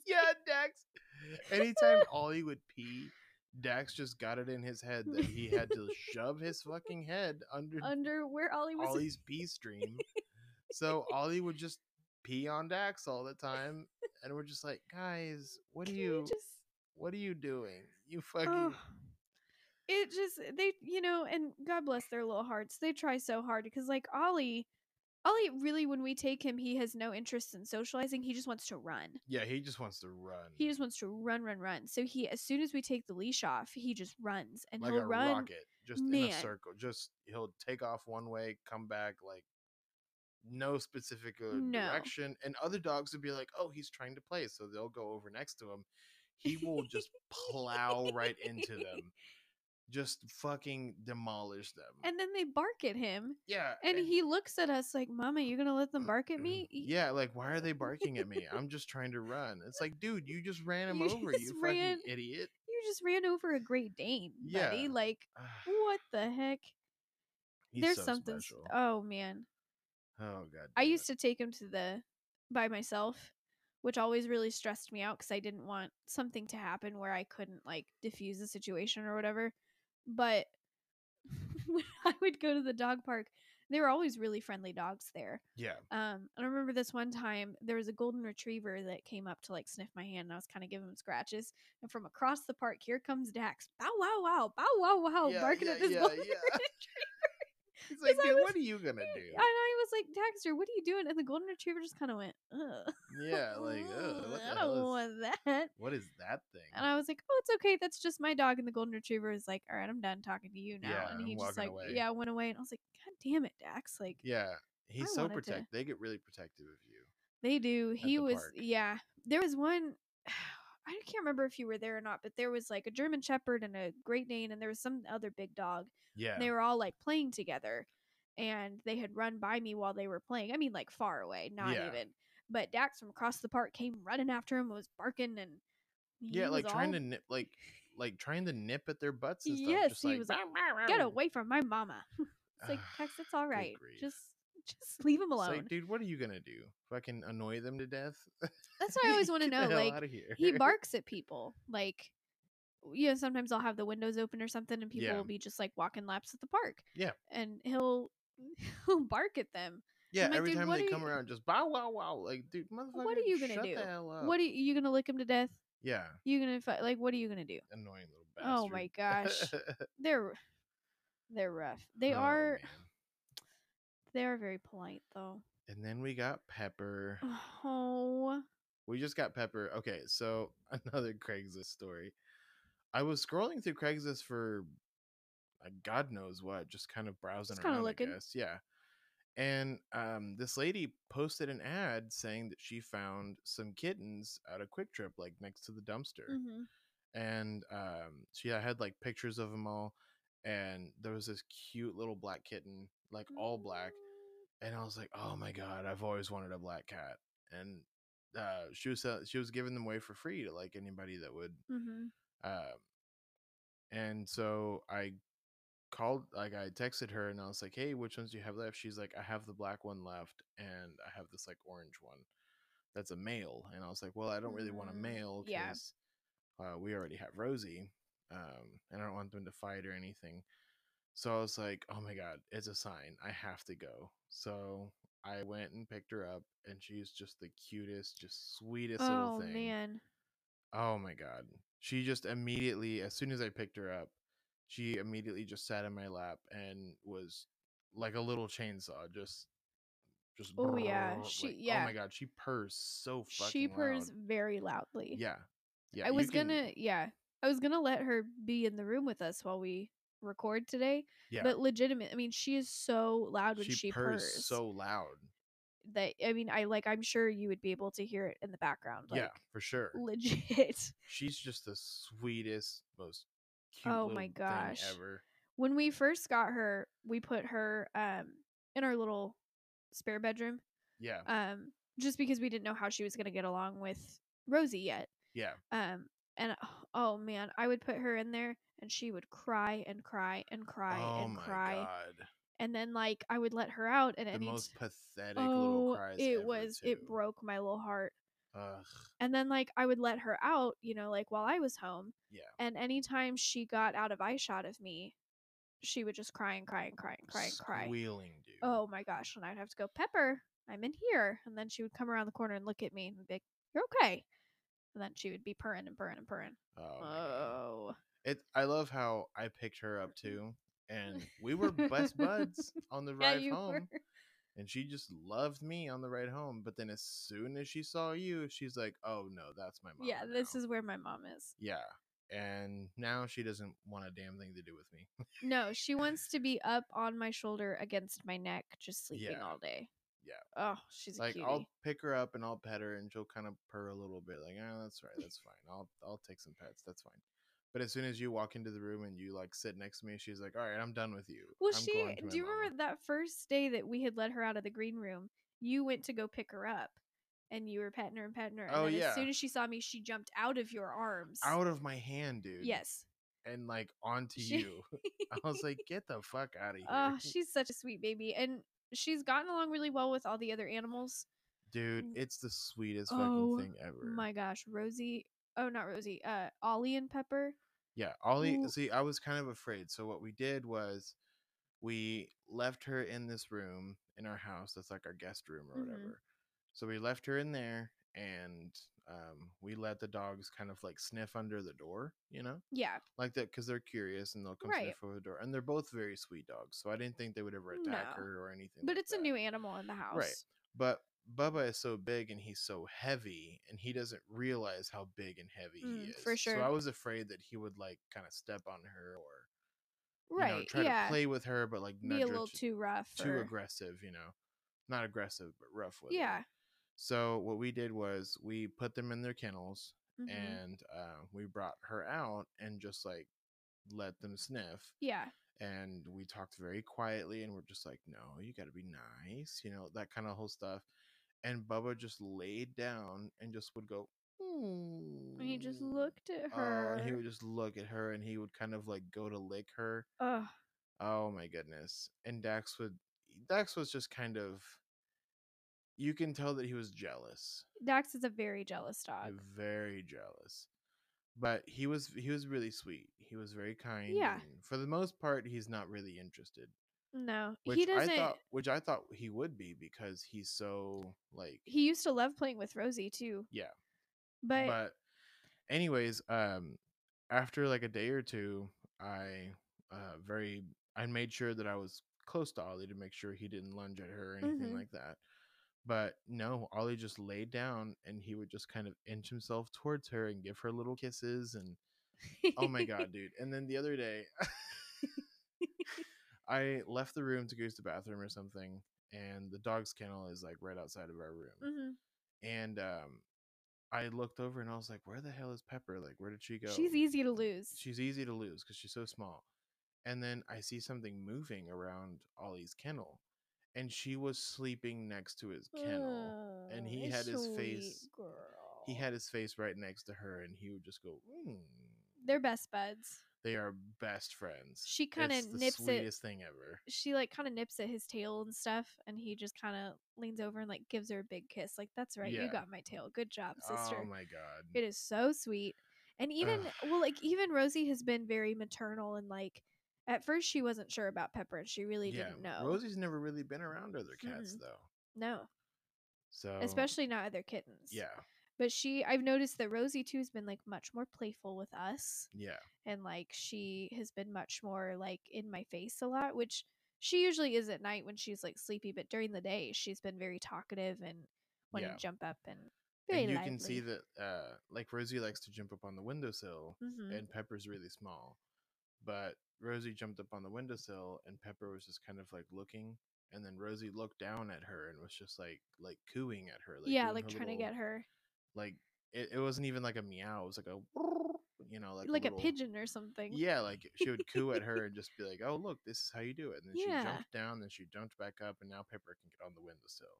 Speaker 1: yeah, Dax. Anytime Ollie would pee, Dax just got it in his head that he had to shove his fucking head under
Speaker 2: under where Ollie was
Speaker 1: Ollie's pee stream. So Ollie would just pee on Dax all the time. And we're just like, guys, what are
Speaker 2: Can we
Speaker 1: you
Speaker 2: just
Speaker 1: what are you doing? You fucking
Speaker 2: Oh, it just eh, they you know and god bless their little hearts they try so hard because like ollie ollie really when we take him he has no interest in socializing he just wants to run
Speaker 1: Yeah, he just wants to run.
Speaker 2: he just wants to run run run so he as soon as we take the leash off he just runs and
Speaker 1: like
Speaker 2: he'll
Speaker 1: a
Speaker 2: run
Speaker 1: rocket, just in a
Speaker 2: Man.
Speaker 1: circle. Just he'll take off one way, come back like no specific uh,
Speaker 2: No.
Speaker 1: direction. And other dogs would be like, "Oh, he's trying to play," so they'll go over next to him. He will just plow right into them, just fucking demolish them.
Speaker 2: and then they bark at him
Speaker 1: yeah,
Speaker 2: and he looks at us like mama you gonna let them bark at me Y-
Speaker 1: Mm, Yeah, like why are they barking at me? I'm just trying to run. It's like, dude, you just ran him
Speaker 2: You
Speaker 1: over,
Speaker 2: just
Speaker 1: you
Speaker 2: ran-
Speaker 1: fucking idiot.
Speaker 2: you just ran over a great dane buddy
Speaker 1: Yeah.
Speaker 2: like
Speaker 1: Ah,
Speaker 2: what the heck
Speaker 1: he's
Speaker 2: there's
Speaker 1: so
Speaker 2: something s-
Speaker 1: special.
Speaker 2: oh man
Speaker 1: oh god.
Speaker 2: I
Speaker 1: damn it.
Speaker 2: used to take him to the by myself, which always really stressed me out because I didn't want something to happen where I couldn't like diffuse the situation or whatever. But when I would go to the dog park, they were always really friendly dogs there.
Speaker 1: Yeah.
Speaker 2: Um, and I remember this one time there was a golden retriever that came up to like sniff my hand, and I was kind of giving him scratches. And from across the park, here comes Dax, bow wow wow, bow wow wow,
Speaker 1: Yeah,
Speaker 2: Oh, barking
Speaker 1: yeah,
Speaker 2: at this
Speaker 1: yeah,
Speaker 2: golden
Speaker 1: yeah.
Speaker 2: retriever.
Speaker 1: He's like,
Speaker 2: I
Speaker 1: dude,
Speaker 2: was-
Speaker 1: what are you gonna do?
Speaker 2: I know. I was like, Daxter, what are you doing? And the golden retriever just kind of went, Ugh.
Speaker 1: Yeah, like, "Ugh, what
Speaker 2: I
Speaker 1: the hell
Speaker 2: don't
Speaker 1: is-
Speaker 2: want that.
Speaker 1: what is that thing?
Speaker 2: And I was like, oh, it's okay. That's just my dog. And the golden retriever was like, all right, I'm done talking to you now.
Speaker 1: Yeah,
Speaker 2: and
Speaker 1: I'm
Speaker 2: he just
Speaker 1: walking
Speaker 2: like,
Speaker 1: away.
Speaker 2: yeah, went away. And I was like, God damn it, Dax. Like,
Speaker 1: yeah, he's so
Speaker 2: wanted to-
Speaker 1: protective. They get really protective of you.
Speaker 2: they do. He
Speaker 1: the
Speaker 2: was,
Speaker 1: park.
Speaker 2: yeah. There was one, I can't remember if you were there or not, but there was like a German Shepherd and a Great Dane, and there was some other big dog.
Speaker 1: Yeah,
Speaker 2: And they were all like playing together and they had run by me while they were playing i mean like far away not
Speaker 1: Yeah.
Speaker 2: even but dax from across the park came running after him was barking and
Speaker 1: yeah,
Speaker 2: he
Speaker 1: like
Speaker 2: was
Speaker 1: trying
Speaker 2: all,
Speaker 1: to nip, like, like trying to nip at their butts and stuff.
Speaker 2: Yes,
Speaker 1: just
Speaker 2: he
Speaker 1: like,
Speaker 2: was like,
Speaker 1: "Meow, meow,
Speaker 2: get
Speaker 1: meow."
Speaker 2: away from my mama it's like dax it's all
Speaker 1: Oh. good
Speaker 2: right
Speaker 1: grief.
Speaker 2: just just leave him
Speaker 1: It's
Speaker 2: alone
Speaker 1: like, dude, what are you gonna do? Fucking annoy them to death?
Speaker 2: that's what i always want to
Speaker 1: Get the
Speaker 2: know
Speaker 1: hell
Speaker 2: like
Speaker 1: outta here.
Speaker 2: he barks at people like you know sometimes i'll have the windows open or something and people
Speaker 1: Yeah.
Speaker 2: will be just like walking laps at the park
Speaker 1: Yeah.
Speaker 2: and he'll he'll bark at them
Speaker 1: Yeah,
Speaker 2: like,
Speaker 1: every
Speaker 2: "Dude,
Speaker 1: time
Speaker 2: what
Speaker 1: they
Speaker 2: are
Speaker 1: come
Speaker 2: you-
Speaker 1: around, just bow wow wow. Like, dude, motherfucker,
Speaker 2: what are you gonna
Speaker 1: shut
Speaker 2: do?
Speaker 1: The hell up.
Speaker 2: What are you, you gonna lick him to death?
Speaker 1: Yeah,
Speaker 2: You gonna fi- like? What are you gonna do?
Speaker 1: annoying little bastard.
Speaker 2: Oh my gosh, they're they're rough. They
Speaker 1: Oh,
Speaker 2: are
Speaker 1: man.
Speaker 2: they are very polite though.
Speaker 1: And then we got Pepper.
Speaker 2: Oh,
Speaker 1: We just got Pepper. Okay, so another Craigslist story. I was scrolling through Craigslist for like God knows what, just kind of browsing
Speaker 2: Just kinda
Speaker 1: around.
Speaker 2: looking.
Speaker 1: I guess. Yeah. And um, this lady posted an ad saying that she found some kittens at a Quick Trip, like next to the dumpster.
Speaker 2: mhm.
Speaker 1: And um, she had like pictures of them all. And there was this cute little black kitten, like all black and I was like, "Oh my god, I've always wanted a black cat." And uh, she was sell- she was giving them away for free to like anybody that would.
Speaker 2: Mhm.
Speaker 1: Uh, and so I called, like I texted her, and I was like, "Hey, which ones do you have left?" She's like, "I have the black one left, and I have this like orange one that's a male." And I was like, "Well, I don't really want a
Speaker 2: Mm,
Speaker 1: male
Speaker 2: yeah.
Speaker 1: because uh, we already have Rosie." um, and I don't want them to fight or anything. So I was like, oh my god, it's a sign. I have to go. So I went and picked her up, and she's just the cutest, just sweetest
Speaker 2: Oh
Speaker 1: little thing.
Speaker 2: man.
Speaker 1: Oh my god. She just immediately, as soon as I picked her up, she immediately just sat in my lap and was like a little chainsaw, just just
Speaker 2: Oh, yeah.
Speaker 1: brrrr,
Speaker 2: She-
Speaker 1: like,
Speaker 2: yeah.
Speaker 1: Oh my god, she purrs so fucking
Speaker 2: She purrs
Speaker 1: loud.
Speaker 2: very loudly.
Speaker 1: Yeah. Yeah.
Speaker 2: I
Speaker 1: you
Speaker 2: was
Speaker 1: can-
Speaker 2: gonna yeah. I was gonna let her be in the room with us while we record today.
Speaker 1: yeah,
Speaker 2: But legitimate I mean, she is so loud when she, purrs
Speaker 1: so loud.
Speaker 2: that I mean I like I'm sure you would be able to hear it in the background. Like
Speaker 1: yeah, for sure.
Speaker 2: legit.
Speaker 1: She's just the sweetest, most cute
Speaker 2: Oh my
Speaker 1: little thing
Speaker 2: gosh.
Speaker 1: ever.
Speaker 2: when we first got her, we put her um in our little spare bedroom
Speaker 1: Yeah.
Speaker 2: um just because we didn't know how she was going to get along with Rosie yet.
Speaker 1: Yeah.
Speaker 2: Um and oh man, I would put her in there and she would cry and cry and cry
Speaker 1: oh
Speaker 2: and
Speaker 1: my
Speaker 2: cry.
Speaker 1: god.
Speaker 2: And then like I would let her out and
Speaker 1: The
Speaker 2: any t-
Speaker 1: most pathetic little
Speaker 2: oh,
Speaker 1: cries
Speaker 2: it
Speaker 1: ever,
Speaker 2: was it
Speaker 1: too.
Speaker 2: broke my little heart.
Speaker 1: Ugh.
Speaker 2: And then like I would let her out, you know, like while I was home.
Speaker 1: Yeah.
Speaker 2: And anytime she got out of eyeshot of me, she would just cry and cry and cry and cry and cry.
Speaker 1: Squealing, dude.
Speaker 2: Oh my gosh. And I'd have to go, Pepper, I'm in here. And then she would come around the corner and look at me and be like, You're okay. And then she would be purring and purring and purring.
Speaker 1: Oh.
Speaker 2: Oh. Mm-hmm.
Speaker 1: my God. It. I love how I picked her up too, and we were best buds on the
Speaker 2: Yeah,
Speaker 1: ride
Speaker 2: you
Speaker 1: home,
Speaker 2: were.
Speaker 1: and she just loved me on the ride home. But then as soon as she saw you, she's like, "Oh no, that's my mom."
Speaker 2: Yeah, this is where my mom is.
Speaker 1: Yeah, and now she doesn't want a damn thing to do with me.
Speaker 2: No, she wants to be up on my shoulder against my neck, just sleeping
Speaker 1: Yeah.
Speaker 2: all day.
Speaker 1: Yeah.
Speaker 2: Oh, she's a
Speaker 1: like
Speaker 2: cutie.
Speaker 1: I'll pick her up and I'll pet her and she'll kind of purr a little bit like oh that's right that's fine I'll I'll take some pets that's fine but as soon as you walk into the room and you like sit next to me she's like all right I'm done with you
Speaker 2: Well,
Speaker 1: I'm
Speaker 2: she
Speaker 1: going to my
Speaker 2: do you
Speaker 1: mama."
Speaker 2: remember that first day that we had let her out of the green room? You went to go pick her up, and you were petting her and petting her. And
Speaker 1: Oh,
Speaker 2: then
Speaker 1: yeah.
Speaker 2: as soon as she saw me, she jumped out of your arms.
Speaker 1: out of my hand dude
Speaker 2: Yes.
Speaker 1: and like onto
Speaker 2: She-
Speaker 1: you I was like get the fuck out of here
Speaker 2: oh, she's such a sweet baby, and she's gotten along really well with all the other animals.
Speaker 1: dude
Speaker 2: Mm.
Speaker 1: it's the sweetest
Speaker 2: Oh,
Speaker 1: fucking thing ever
Speaker 2: My gosh, Rosie. Oh, not Rosie. Uh, Ollie and Pepper.
Speaker 1: Yeah, Ollie.
Speaker 2: Ooh.
Speaker 1: See, I was kind of afraid. So what we did was, we left her in this room in our house. That's like our guest room or
Speaker 2: Mhm.
Speaker 1: whatever. So we left her in there, and um, we let the dogs kind of like sniff under the door. You know,
Speaker 2: Yeah.
Speaker 1: like that because they're curious and they'll come
Speaker 2: Right.
Speaker 1: sniff over the door. And they're both very sweet dogs. So I didn't think they would ever attack
Speaker 2: No.
Speaker 1: her or anything.
Speaker 2: But
Speaker 1: like
Speaker 2: it's a
Speaker 1: that.
Speaker 2: new animal in the house.
Speaker 1: But Bubba is so big and he's so heavy, and he doesn't realize how big and heavy he
Speaker 2: Mm,
Speaker 1: is.
Speaker 2: for
Speaker 1: So
Speaker 2: sure.
Speaker 1: I was afraid that he would like kind of step on her or
Speaker 2: Right.
Speaker 1: you know, try
Speaker 2: yeah.
Speaker 1: to play with her, but like
Speaker 2: Be
Speaker 1: nudge her
Speaker 2: a little
Speaker 1: t-
Speaker 2: too rough.
Speaker 1: too
Speaker 2: or-
Speaker 1: aggressive. You know, not aggressive, but rough with. her.
Speaker 2: Yeah.
Speaker 1: So what we did was we put them in their kennels
Speaker 2: mhm,
Speaker 1: and uh, we brought her out and just like let them sniff
Speaker 2: yeah.
Speaker 1: and we talked very quietly and we're just like no you got to be nice you know that kind of whole stuff and bubba just laid down and just would go
Speaker 2: And he just
Speaker 1: "Mm,"
Speaker 2: looked at
Speaker 1: uh,
Speaker 2: her.
Speaker 1: and he would just look at her and he would kind of like go to lick her
Speaker 2: Ugh.
Speaker 1: oh my goodness and dax would dax was just kind of you can tell that he was jealous
Speaker 2: Dax is a very jealous
Speaker 1: uh,
Speaker 2: dog.
Speaker 1: very jealous but he was he was really sweet he was very kind
Speaker 2: Yeah.
Speaker 1: and for the most part he's not really interested
Speaker 2: No,
Speaker 1: which
Speaker 2: he doesn't.
Speaker 1: I thought, which I thought he would be because he's so like,
Speaker 2: He used to love playing with Rosie too.
Speaker 1: Yeah,
Speaker 2: but,
Speaker 1: but anyways, um, after like a day or two, I, uh, very, I made sure that I was close to Ollie to make sure he didn't lunge at her or anything
Speaker 2: Mhm.
Speaker 1: like that. But no, Ollie just laid down and he would just kind of inch himself towards her and give her little kisses and oh my god, dude! And then the other day, I left the room to go to the bathroom or something, and the dog's kennel is like right outside of our room.
Speaker 2: Mhm.
Speaker 1: And um, I looked over and I was like, "Where the hell is Pepper? Like, where did she go?"
Speaker 2: she's e easy to lose.
Speaker 1: She's easy to lose because she's so small. And then I see something moving around Ollie's kennel, and she was sleeping next to his kennel. and
Speaker 2: Oh,
Speaker 1: he
Speaker 2: a
Speaker 1: had his face-
Speaker 2: sweet Girl.
Speaker 1: He had his face right next to her, and he would just go, mm.
Speaker 2: They're best buds.
Speaker 1: They are best friends.
Speaker 2: She kind
Speaker 1: It's
Speaker 2: of
Speaker 1: the
Speaker 2: nips it.
Speaker 1: sweetest thing ever.
Speaker 2: She like kind of nips at his tail and stuff, and he just kind of leans over and like gives her a big kiss. Like that's right, you
Speaker 1: Yeah.
Speaker 2: got my tail. Good job, sister.
Speaker 1: Oh my Oh god.
Speaker 2: It is so sweet. And even well, like even Rosie has been very maternal and like at first she wasn't sure about Pepper and she really didn't know.
Speaker 1: Rosie's never really been around other cats
Speaker 2: Mm-mm.
Speaker 1: though.
Speaker 2: no.
Speaker 1: So
Speaker 2: Especially not other kittens.
Speaker 1: yeah,
Speaker 2: But she I've noticed that Rosie too has been like much more playful with us
Speaker 1: yeah,
Speaker 2: and like she has been much more like in my face a lot, which she usually is at night when she's like sleepy, but during the day she's been very talkative and wanting
Speaker 1: yeah.
Speaker 2: to jump up and very
Speaker 1: And you can see
Speaker 2: lively.
Speaker 1: that uh like Rosie likes to jump up on the windowsill
Speaker 2: Mhm.
Speaker 1: and Pepper's really small. But Rosie jumped up on the windowsill and Pepper was just kind of like looking and then Rosie looked down at her and was just like like cooing at her.
Speaker 2: yeah,
Speaker 1: doing
Speaker 2: like trying to
Speaker 1: little-
Speaker 2: get her
Speaker 1: Like it, it wasn't even like a meow, it was like a you know, like
Speaker 2: like, a,
Speaker 1: little-
Speaker 2: pigeon or something.
Speaker 1: Yeah, like she would coo at her and just be like, "Oh, look, this is how you do it." And then
Speaker 2: Yeah.
Speaker 1: she jumped down, then she jumped back up, and now Pepper can get on the windowsill.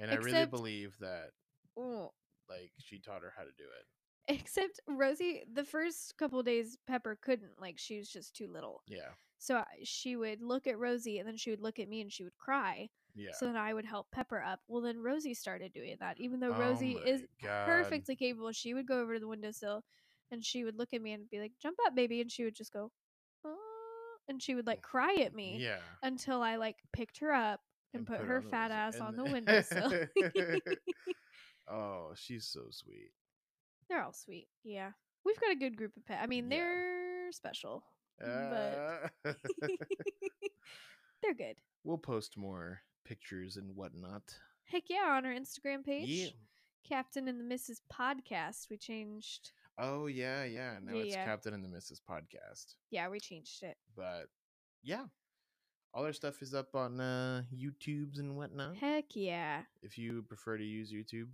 Speaker 1: And I really
Speaker 2: Except-
Speaker 1: believe that
Speaker 2: Oh.
Speaker 1: like she taught her how to do it.
Speaker 2: Except Rosie, the first couple days, Pepper couldn't. Like, she was just too little.
Speaker 1: Yeah,
Speaker 2: So I- she would look at Rosie and then she would look at me and she would cry.
Speaker 1: yeah.
Speaker 2: So then I would help Pepper up. Well, then Rosie started doing that, even though
Speaker 1: Oh
Speaker 2: Rosie is
Speaker 1: my God.
Speaker 2: perfectly capable. She would go over to the windowsill and she would look at me and be like, jump up, baby. And she would just go, "Oh," and she would like cry at me
Speaker 1: Yeah.
Speaker 2: until I like picked her up and, put,
Speaker 1: put
Speaker 2: her
Speaker 1: on the
Speaker 2: fat
Speaker 1: windowsill-
Speaker 2: ass
Speaker 1: and
Speaker 2: on the
Speaker 1: the-
Speaker 2: windowsill.
Speaker 1: oh, she's so sweet.
Speaker 2: They're all sweet. Yeah. We've got a good group of pets. I mean,
Speaker 1: Yeah.
Speaker 2: they're special. But
Speaker 1: Uh,
Speaker 2: they're good.
Speaker 1: we'll post more pictures and whatnot.
Speaker 2: Heck yeah, on our Instagram page.
Speaker 1: Yeah.
Speaker 2: Captain and the Mrs. Podcast. We changed
Speaker 1: Oh yeah, yeah. Now
Speaker 2: Yeah,
Speaker 1: it's
Speaker 2: yeah.
Speaker 1: Captain and the Mrs. Podcast.
Speaker 2: yeah, we changed it.
Speaker 1: but yeah all our stuff is up on uh youtubes and whatnot
Speaker 2: Heck yeah.
Speaker 1: if you prefer to use youtube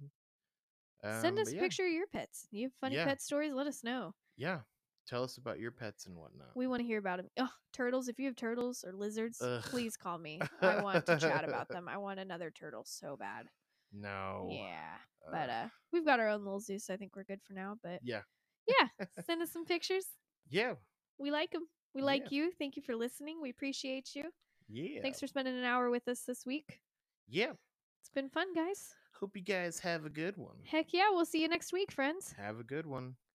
Speaker 2: Send
Speaker 1: Um,
Speaker 2: us
Speaker 1: but
Speaker 2: a
Speaker 1: yeah,
Speaker 2: picture of your pets. You have funny
Speaker 1: Yeah.
Speaker 2: pet stories? Let us know.
Speaker 1: yeah tell us about your pets and whatnot
Speaker 2: We want to hear about them. Oh, turtles. If you have turtles or lizards,
Speaker 1: Ugh.
Speaker 2: please call me. I want to chat about them. I want another turtle so bad.
Speaker 1: no
Speaker 2: Yeah. But uh we've got our own little zoo, so I think we're good for now. But
Speaker 1: Yeah.
Speaker 2: Yeah. Send us some pictures.
Speaker 1: yeah
Speaker 2: We like them. We
Speaker 1: Yeah.
Speaker 2: like you. Thank you for listening. We appreciate you.
Speaker 1: yeah
Speaker 2: Thanks for spending an hour with us this week.
Speaker 1: yeah
Speaker 2: It's been fun, guys.
Speaker 1: hope you guys have a good one
Speaker 2: Heck yeah, we'll see you next week, friends.
Speaker 1: have a good one